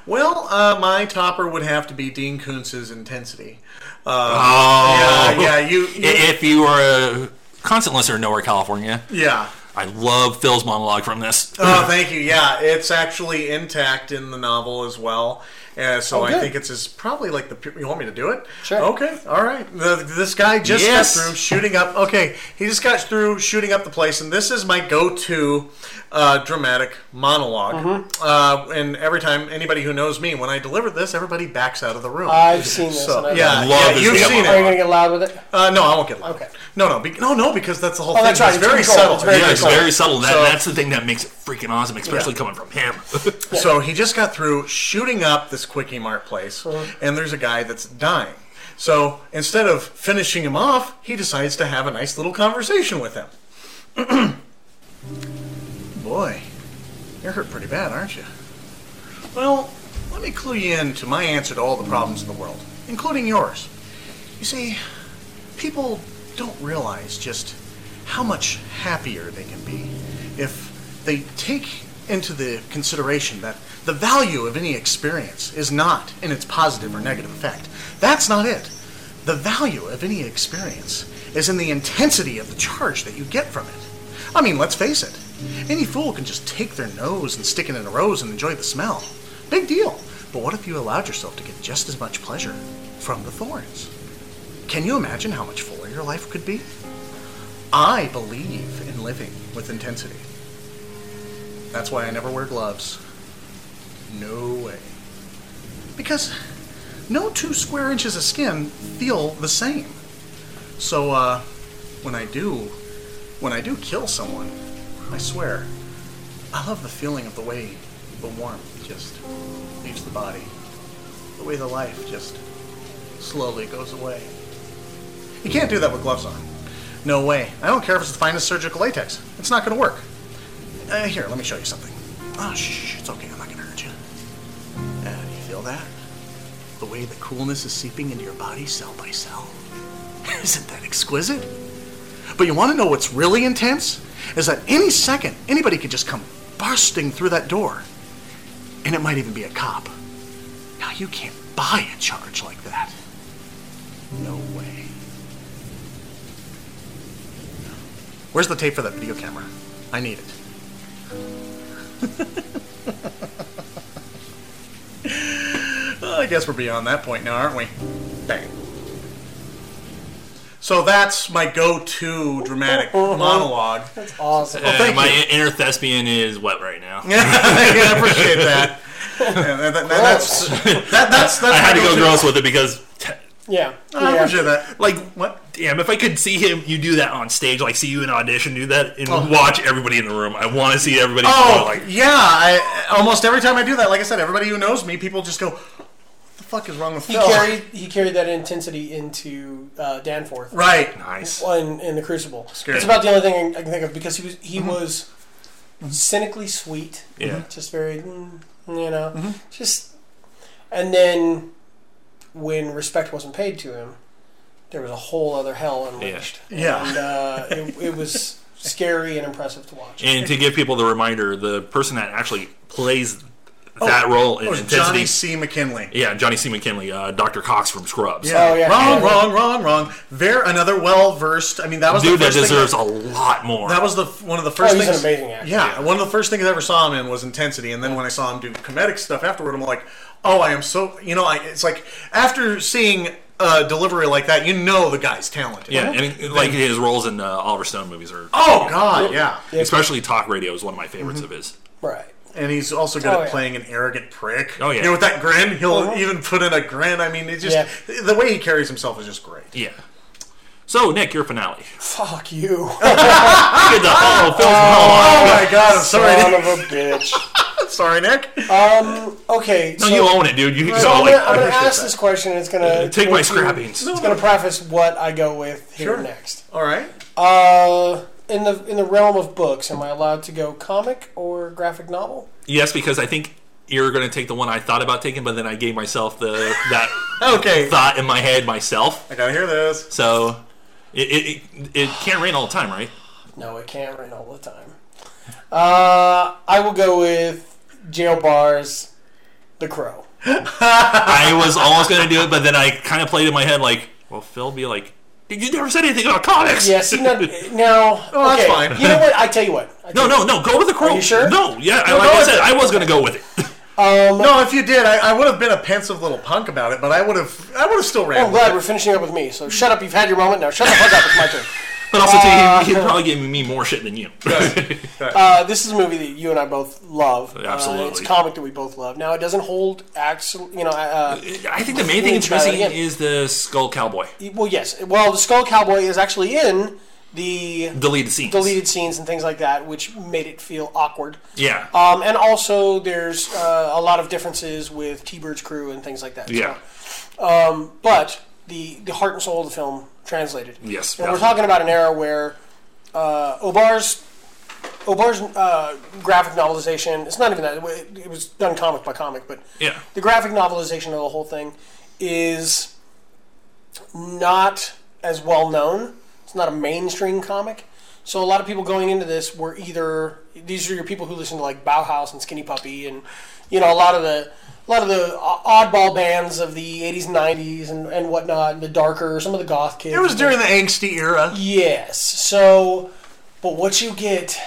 S2: Well, uh, my topper would have to be Dean Koontz's intensity. Um,
S1: Oh.
S2: yeah, yeah. You,
S1: I- If you are a constant listener to Nowhere California,
S2: yeah.
S1: I love Phil's monologue from this.
S2: Oh, thank you. Yeah, it's actually intact in the novel as well. Uh, so
S3: Oh,
S2: I
S3: good.
S2: think it's as probably like the. pu- You want me to do it?
S3: Sure.
S2: Okay. All right. The, this guy just
S1: Yes.
S2: got through shooting up. Okay, he just got through shooting up the place, and this is my go-to uh, dramatic monolog
S3: Mm-hmm.
S2: Uh, and every time anybody who knows me, when I deliver this, everybody backs out of the room.
S3: I've seen this.
S2: So,
S3: and I
S2: yeah,
S1: Love
S2: yeah,
S1: is
S2: you've
S1: the
S2: seen
S3: Are you
S2: it.
S3: gonna get loud with it?
S2: Uh, no, I won't get loud.
S3: Okay.
S2: No, no, be- no, no, because that's the whole
S3: Oh,
S2: thing.
S3: that's right,
S2: It's
S3: it's
S2: very
S3: controlled,
S2: subtle.
S3: it's very
S1: yeah, it's very subtle. That,
S2: So-
S1: that's the thing that makes it freaking awesome, especially coming from him.
S2: So he just got through shooting up this Quickie Mart place, and there's a guy that's dying. So instead of finishing him off, he decides to have a nice little conversation with him. Boy, you're hurt pretty bad, aren't you? Well, let me clue you in to my answer to all the problems in the world, including yours. You see, people don't realize just how much happier they can be if they take into the consideration that the value of any experience is not in its positive or negative effect. That's not it. The value of any experience is in the intensity of the charge that you get from it. I mean, let's face it. Any fool can just take their nose and stick it in a rose and enjoy the smell. Big deal. But what if you allowed yourself to get just as much pleasure from the thorns? Can you imagine how much fuller your life could be? I believe in living with intensity. That's why I never wear gloves. No way. Because no two square inches of skin feel the same. So uh, when I do, when I do kill someone, I swear, I love the feeling of the way the warmth just leaves the body, the way the life just slowly goes away. You can't do that with gloves on. No way. I don't care if it's the finest surgical latex. It's not going to work. Uh, here, let me show you something. Oh, shh, it's okay. I'm not gonna hurt you. Uh, do you feel that? The way the coolness is seeping into your body cell by cell. Isn't that exquisite? But you want to know what's really intense? Is that any second, anybody could just come bursting through that door. And it might even be a cop. Now, you can't buy a charge like that. No way. Where's the tape for that video camera? I need it. Well, I guess we're beyond that point now, aren't we? Dang. So that's my go-to dramatic monologue.
S3: That's awesome.
S2: Well, thank
S1: my
S2: you.
S1: in- inner thespian is wet right now.
S2: yeah, I appreciate that. Yeah, that- that- that's, that- that's, that's
S1: I had to
S2: my
S1: go
S2: go-to.
S1: gross with it because, t-
S3: Yeah.
S2: I appreciate that.
S1: like,
S2: what?
S1: damn, if I could see him, you do that on stage, like see you in audition, do that, and
S2: Oh.
S1: watch everybody in the room. I want to see everybody.
S2: Oh,
S1: like,
S2: yeah. I, almost every time I do that, like I said, everybody who knows me, people just go, what the fuck is wrong with
S3: He
S2: Phil?
S3: carried he carried that intensity into uh, Danforth.
S2: Right.
S1: Nice.
S3: Well, in, in the Crucible.
S2: Scary. Mm-hmm.
S3: It's about the only thing I can think of because he was he was cynically sweet.
S1: Yeah.
S3: Just very, mm, you know,
S2: Mm-hmm.
S3: just. And then, when respect wasn't paid to him, there was a whole other hell unleashed.
S2: Yeah.
S3: And uh, it, it was scary and impressive to watch.
S1: And to give people the reminder, the person that actually plays that role in
S2: It was
S1: intensity.
S2: Oh. Johnny C. McKinley.
S1: yeah, Johnny C. McKinley, uh, Dr. Cox from Scrubs.
S3: Oh, yeah.
S2: Wrong,
S3: Yeah.
S2: wrong, wrong, wrong. They're another well-versed. I mean, that was
S1: Dude
S2: the
S1: that
S2: first thing
S1: deserves a lot more.
S2: That was the one of the first
S3: Oh, he's an
S2: things.
S3: amazing actor.
S2: Yeah, one of the first things I ever saw him in was intensity, and then when I saw him do comedic stuff afterward, I'm like, oh, I am so you know, I, it's like after seeing a delivery like that, you know, the guy's talented.
S1: yeah, and like his roles in uh, Oliver Stone movies are,
S2: Oh God, yeah. Mm-hmm.
S1: especially Talk Radio is one of my favorites of his.
S3: Right.
S2: And he's also good
S3: Oh,
S2: at
S3: yeah.
S2: playing an arrogant prick.
S1: Oh, yeah.
S2: You know, with that grin, he'll
S3: Uh-huh.
S2: even put in a grin. I mean, it's just
S3: Yeah.
S2: the way he carries himself is just great.
S1: Yeah. So Nick, your finale.
S3: Fuck you,
S2: Ah!
S1: Look at the- oh, Phil's
S2: Oh my God, I'm sorry,
S3: son
S2: Nick.
S3: of a bitch.
S2: sorry, Nick.
S3: Um. Okay.
S1: No,
S3: so,
S1: you own it, dude. You
S3: so
S1: so,
S3: I'm,
S1: like,
S3: gonna, I'm gonna
S2: appreciate
S3: ask
S2: that. Uh,
S3: this question. and It's gonna
S1: take my
S3: it's gonna-
S1: scrappings.
S3: It's gonna preface what I go with here
S2: Sure.
S3: next.
S2: All right.
S3: Uh, in the in the realm of books, am I allowed to go comic or graphic novel?
S1: yes, because I think you're going to take the one I thought about taking, but then I gave myself the that
S2: Okay.
S1: thought in my head myself.
S2: I gotta hear this.
S1: So it it, it, it can't rain all the time, right?
S3: No, it can't rain all the time. Uh, I will go with Jail Bars, The Crow.
S1: I was almost going to do it, but then I kind of played in my head like, well, Phil be like, "Did you never said anything about comics?"
S3: Yes, you know, no.
S2: Oh, that's
S3: okay.
S2: fine.
S3: You know what? I tell you what. I
S1: No, no, no. Go with the crow.
S3: Are you sure?
S1: No. Yeah. I like
S2: go
S1: I
S2: with
S1: said,
S2: it.
S1: I was going to go with it.
S2: No, if you did, I, I would have been a pensive little punk about it, but I would have, I would have still
S3: I'm
S2: ran.
S3: glad we're finishing up with me. So shut up. You've had your moment. Now shut the fuck up. It's my turn.
S1: But also, too, he, he'd probably give me more shit than you.
S3: Uh, this is a movie that you and I both love. Uh,
S1: Absolutely.
S3: it's a comic that we both love. Now it doesn't hold actual. You know. Uh,
S1: I think the main thing it's
S3: Try that
S1: missing
S3: again.
S1: is the Skull Cowboy
S3: well, yes. Well, the Skull Cowboy is actually in the
S1: deleted scenes.
S3: deleted scenes and things like that, which made it feel awkward.
S1: Yeah.
S3: Um, and also, there's uh, a lot of differences with T-Bird's crew and things like that.
S1: yeah.
S3: But the the heart and soul of the film translated.
S1: Yes,
S3: And we're
S1: definitely.
S3: talking about an era where uh, Obar's Obar's uh, graphic novelization. It's not even that. It it was done comic by comic, but
S1: Yeah.
S3: the graphic novelization of the whole thing is not as well known. It's not a mainstream comic. So a lot of people going into this were either these are your people who listen to like Bauhaus and Skinny Puppy and you know a lot of the a lot of the o- oddball bands of the 80s and 90s and, and whatnot and the darker some of the goth kids
S2: It was during the angsty era.
S3: yes so but what you get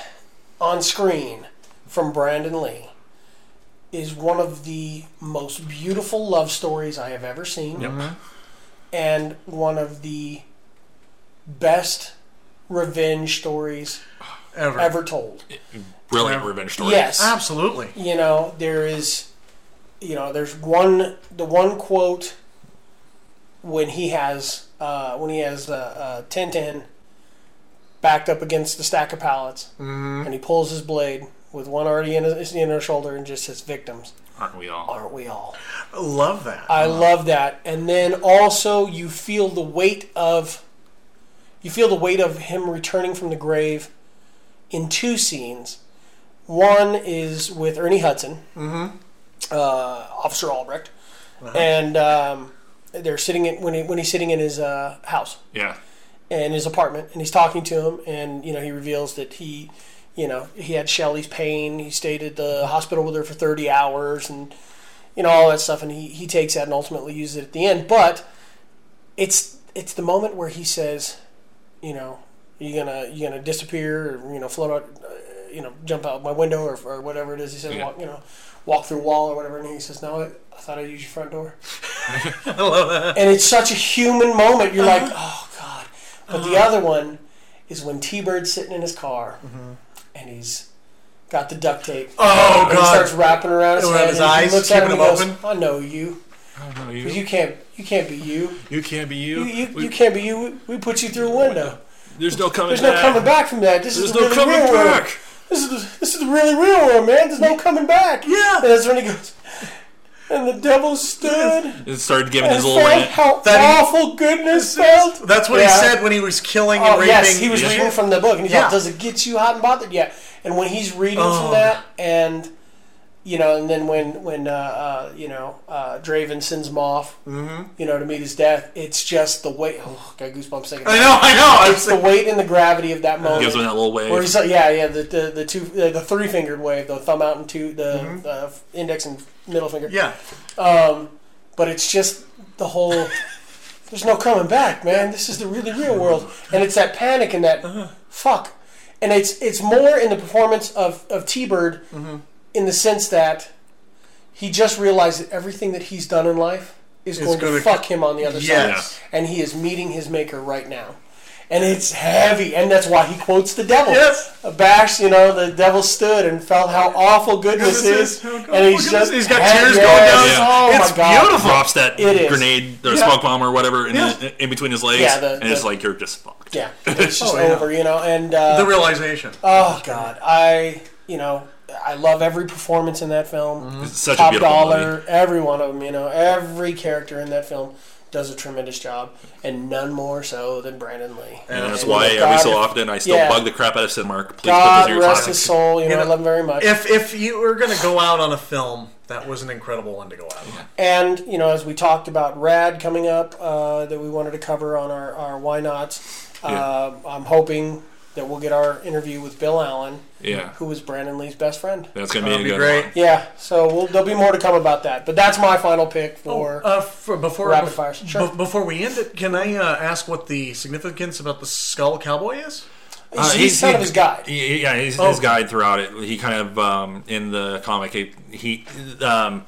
S3: on screen from Brandon Lee is one of the most beautiful love stories I have ever seen and one of the best revenge stories
S2: Ever.
S3: ever told.
S1: Brilliant revenge story.
S3: Yes.
S2: Absolutely.
S3: You know, there is you know, there's one the one quote when he has uh when he has uh, uh Tintin backed up against the stack of pallets and he pulls his blade with one already in his, in her shoulder and just says victims
S1: Aren't we all?
S3: aren't we all
S2: I love that.
S3: I love that. And then also you feel the weight of you feel the weight of him returning from the grave in two scenes. One is with Ernie Hudson,
S2: Mhm.
S3: uh, Officer Albrecht,
S2: Uh-huh.
S3: and um, they're sitting in, when he, when he's sitting in his uh, house
S1: Yeah.
S3: in his apartment, and he's talking to him, and you know he reveals that he, you know, he had Shelley's pain. He stayed at the hospital with her for thirty hours, and you know all that stuff, and he he takes that and ultimately uses it at the end. But it's it's the moment where he says, you know, you gonna you gonna disappear, or, you know, float out, uh, you know, jump out my window or, or whatever it is. He says,
S2: Yeah.
S3: walk, you know, walk through a wall or whatever, and he says, no, I, I thought I'd use your front door.
S2: I love that.
S3: and it's such a human moment. You're like, oh god. But the
S2: Uh-huh.
S3: other one is when T Bird's sitting in his car and he's got the duct tape.
S2: Mm-hmm. Oh,
S3: and He
S2: God.
S3: starts wrapping around his,
S2: Around
S3: head
S2: his
S3: and
S2: eyes,
S3: He looks at him
S2: keeping
S3: and
S2: them
S3: goes,
S2: open.
S3: I know you. I
S1: know
S3: you. can't. You can't be you.
S1: You can't be you.
S3: You, you, you can't be you. We we put you through a window.
S1: There's no coming
S3: There's
S1: back.
S3: no coming back from that. This is
S1: There's
S3: the
S1: no
S3: really
S1: coming
S3: real world.
S1: back.
S3: This is the, this is the really real world, man. There's no coming back. Yeah. And that's when he goes. And the devil stood
S1: It started giving his
S3: and
S1: little
S3: felt
S1: rant.
S3: how
S2: That he-
S3: awful goodness felt.
S2: That's what he
S3: Yeah.
S2: said when he was killing and
S3: Oh,
S2: raping.
S3: yes, he was
S2: Yeah.
S3: reading from the book, and he's
S2: Yeah.
S3: like, "Does it get you hot and bothered?" Yeah. And when he's reading
S2: Oh.
S3: from that, and you know, and then when when uh, uh, you know uh, Draven sends him off,
S2: Mhm.
S3: you know, to meet his death, it's just the weight. Oh, got goosebumps thinking.
S2: I
S3: about
S2: know,
S3: it.
S2: I know, I was
S3: It's the weight and the gravity of that moment.
S1: Gives him that little wave.
S3: Where he's like, yeah, yeah, the the, the two the, the three fingered wave, the thumb out and two, the
S2: Mhm.
S3: uh, index and middle finger.
S2: Yeah.
S3: Um, but it's just the whole. There's no coming back, man. This is the really real world, and it's that panic and that
S2: Uh-huh.
S3: fuck, and it's it's more in the performance of of T Bird
S2: Mhm.
S3: in the sense that he just realized that everything that he's done in life is
S2: Is
S3: going
S2: gonna-
S3: to fuck him on the other
S2: Yes.
S3: side, and he is meeting his maker right now, and it's heavy, and that's why he quotes the devil.
S2: Yes.
S3: Abash, you know, the devil stood and felt how awful goodness
S2: Goodness
S3: is,
S2: is, how
S3: and
S2: awful
S3: he's
S2: goodness
S3: just
S2: is. He's got tears going
S3: yes.
S2: down his-
S3: Oh
S2: It's
S3: my god,
S2: beautiful.
S1: Drops that
S3: It is.
S1: grenade or
S3: Yeah.
S1: smoke bomb or whatever in,
S3: Yeah.
S1: his, in between his legs,
S3: Yeah, the-
S1: and it's
S3: the-
S1: like you're just fucked.
S3: Yeah, it's just
S2: Oh, yeah.
S3: over, you know. And uh,
S2: The realization.
S3: Oh God, I you know I love every performance in that film.
S2: Mm-hmm.
S1: It's such a
S3: Top
S1: beautiful
S3: dollar,
S1: movie.
S3: every one of them. You know, every character in that film does a tremendous job, and none more so than Brandon Lee.
S1: And that's
S3: you
S1: why
S3: know,
S1: every
S3: Oh God-
S1: so often I still
S3: yeah.
S1: bug the crap out of Sidmark. Please
S3: God
S1: put this in your
S3: rest
S1: classic.
S3: his soul. You know,
S2: You
S3: I
S2: know,
S3: love him very much.
S2: If if you were gonna go out on a film, that was an incredible one to go out on.
S3: And you know, as we talked about Rad coming up, uh, that we wanted to cover on our, our why nots. Uh, I'm hoping that we'll get our interview with Bill Allen,
S1: Yeah.
S3: who was Brandon Lee's best friend.
S1: That's gonna be
S2: That'll
S1: a
S2: be
S1: good
S2: great.
S1: one.
S3: Yeah, so we'll, there'll be more to come about that. But that's my final pick for.
S2: Uh, for before
S3: Rapid
S2: bef-
S3: fires, sure.
S2: be- before we end it, can I uh, ask what the significance about the skull cowboy is?
S1: Uh,
S2: he-
S3: guide.
S1: Yeah, he's
S2: Oh.
S1: his guide throughout it. He kind of um, in the comic he, he um,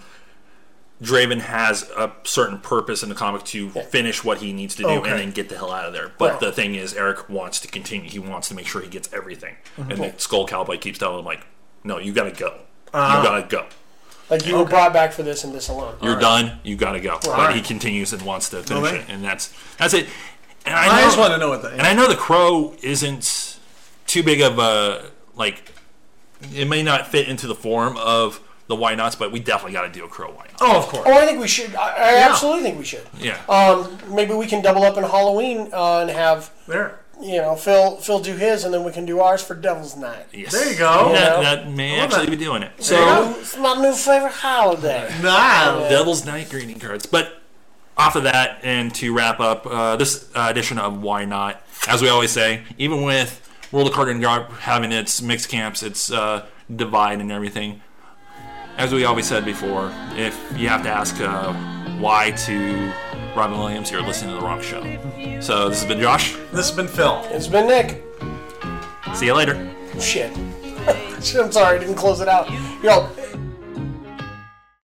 S1: Draven has a certain purpose in the comic to finish what he needs to do
S2: Okay.
S1: and then get the hell out of there. But
S2: Right.
S1: the thing is, Eric wants to continue. He wants to make sure he gets everything.
S3: Mhm.
S1: And
S3: Cool.
S1: the Skull Cowboy keeps telling him like, "No, you gotta go.
S3: Ah.
S1: You gotta go.
S3: Like you were brought back for this and this alone.
S1: You're done. You gotta go." but
S3: Alright.
S1: he continues and wants to finish
S3: Okay.
S1: it, and that's that's it. And I,
S2: I
S1: know-
S2: just want to know what the
S1: and I know the crow isn't too big of a like. It may not fit into the form of the why nots, but we definitely got to do a crow why not.
S2: Oh, of course.
S3: Oh, I think we should. I, I absolutely think we should.
S1: Yeah.
S3: Um, maybe we can double up in Halloween uh, and have
S2: there.
S3: You know, Phil Phil do his, and then we can do ours for Devil's Night.
S1: Yes.
S2: There you go.
S3: You
S1: That,
S3: know?
S1: that may
S3: I love
S1: actually
S3: that.
S1: be doing it.
S3: There you
S1: So
S3: go. it's my new favorite holiday.
S1: Uh, Devil's Night greeting cards. But off of that, and to wrap up uh, this uh, edition of Why Not, as we always say, even with World of Card and Garp having its mixed camps, its uh, divide and everything, as we always said before, if you have to ask uh, why to Robin Williams, you're listening to the wrong show. So this has been Josh.
S2: This has been Phil.
S3: It's been Nick.
S1: See you later.
S3: Shit. Shit, I'm sorry, I didn't close it out. Yo,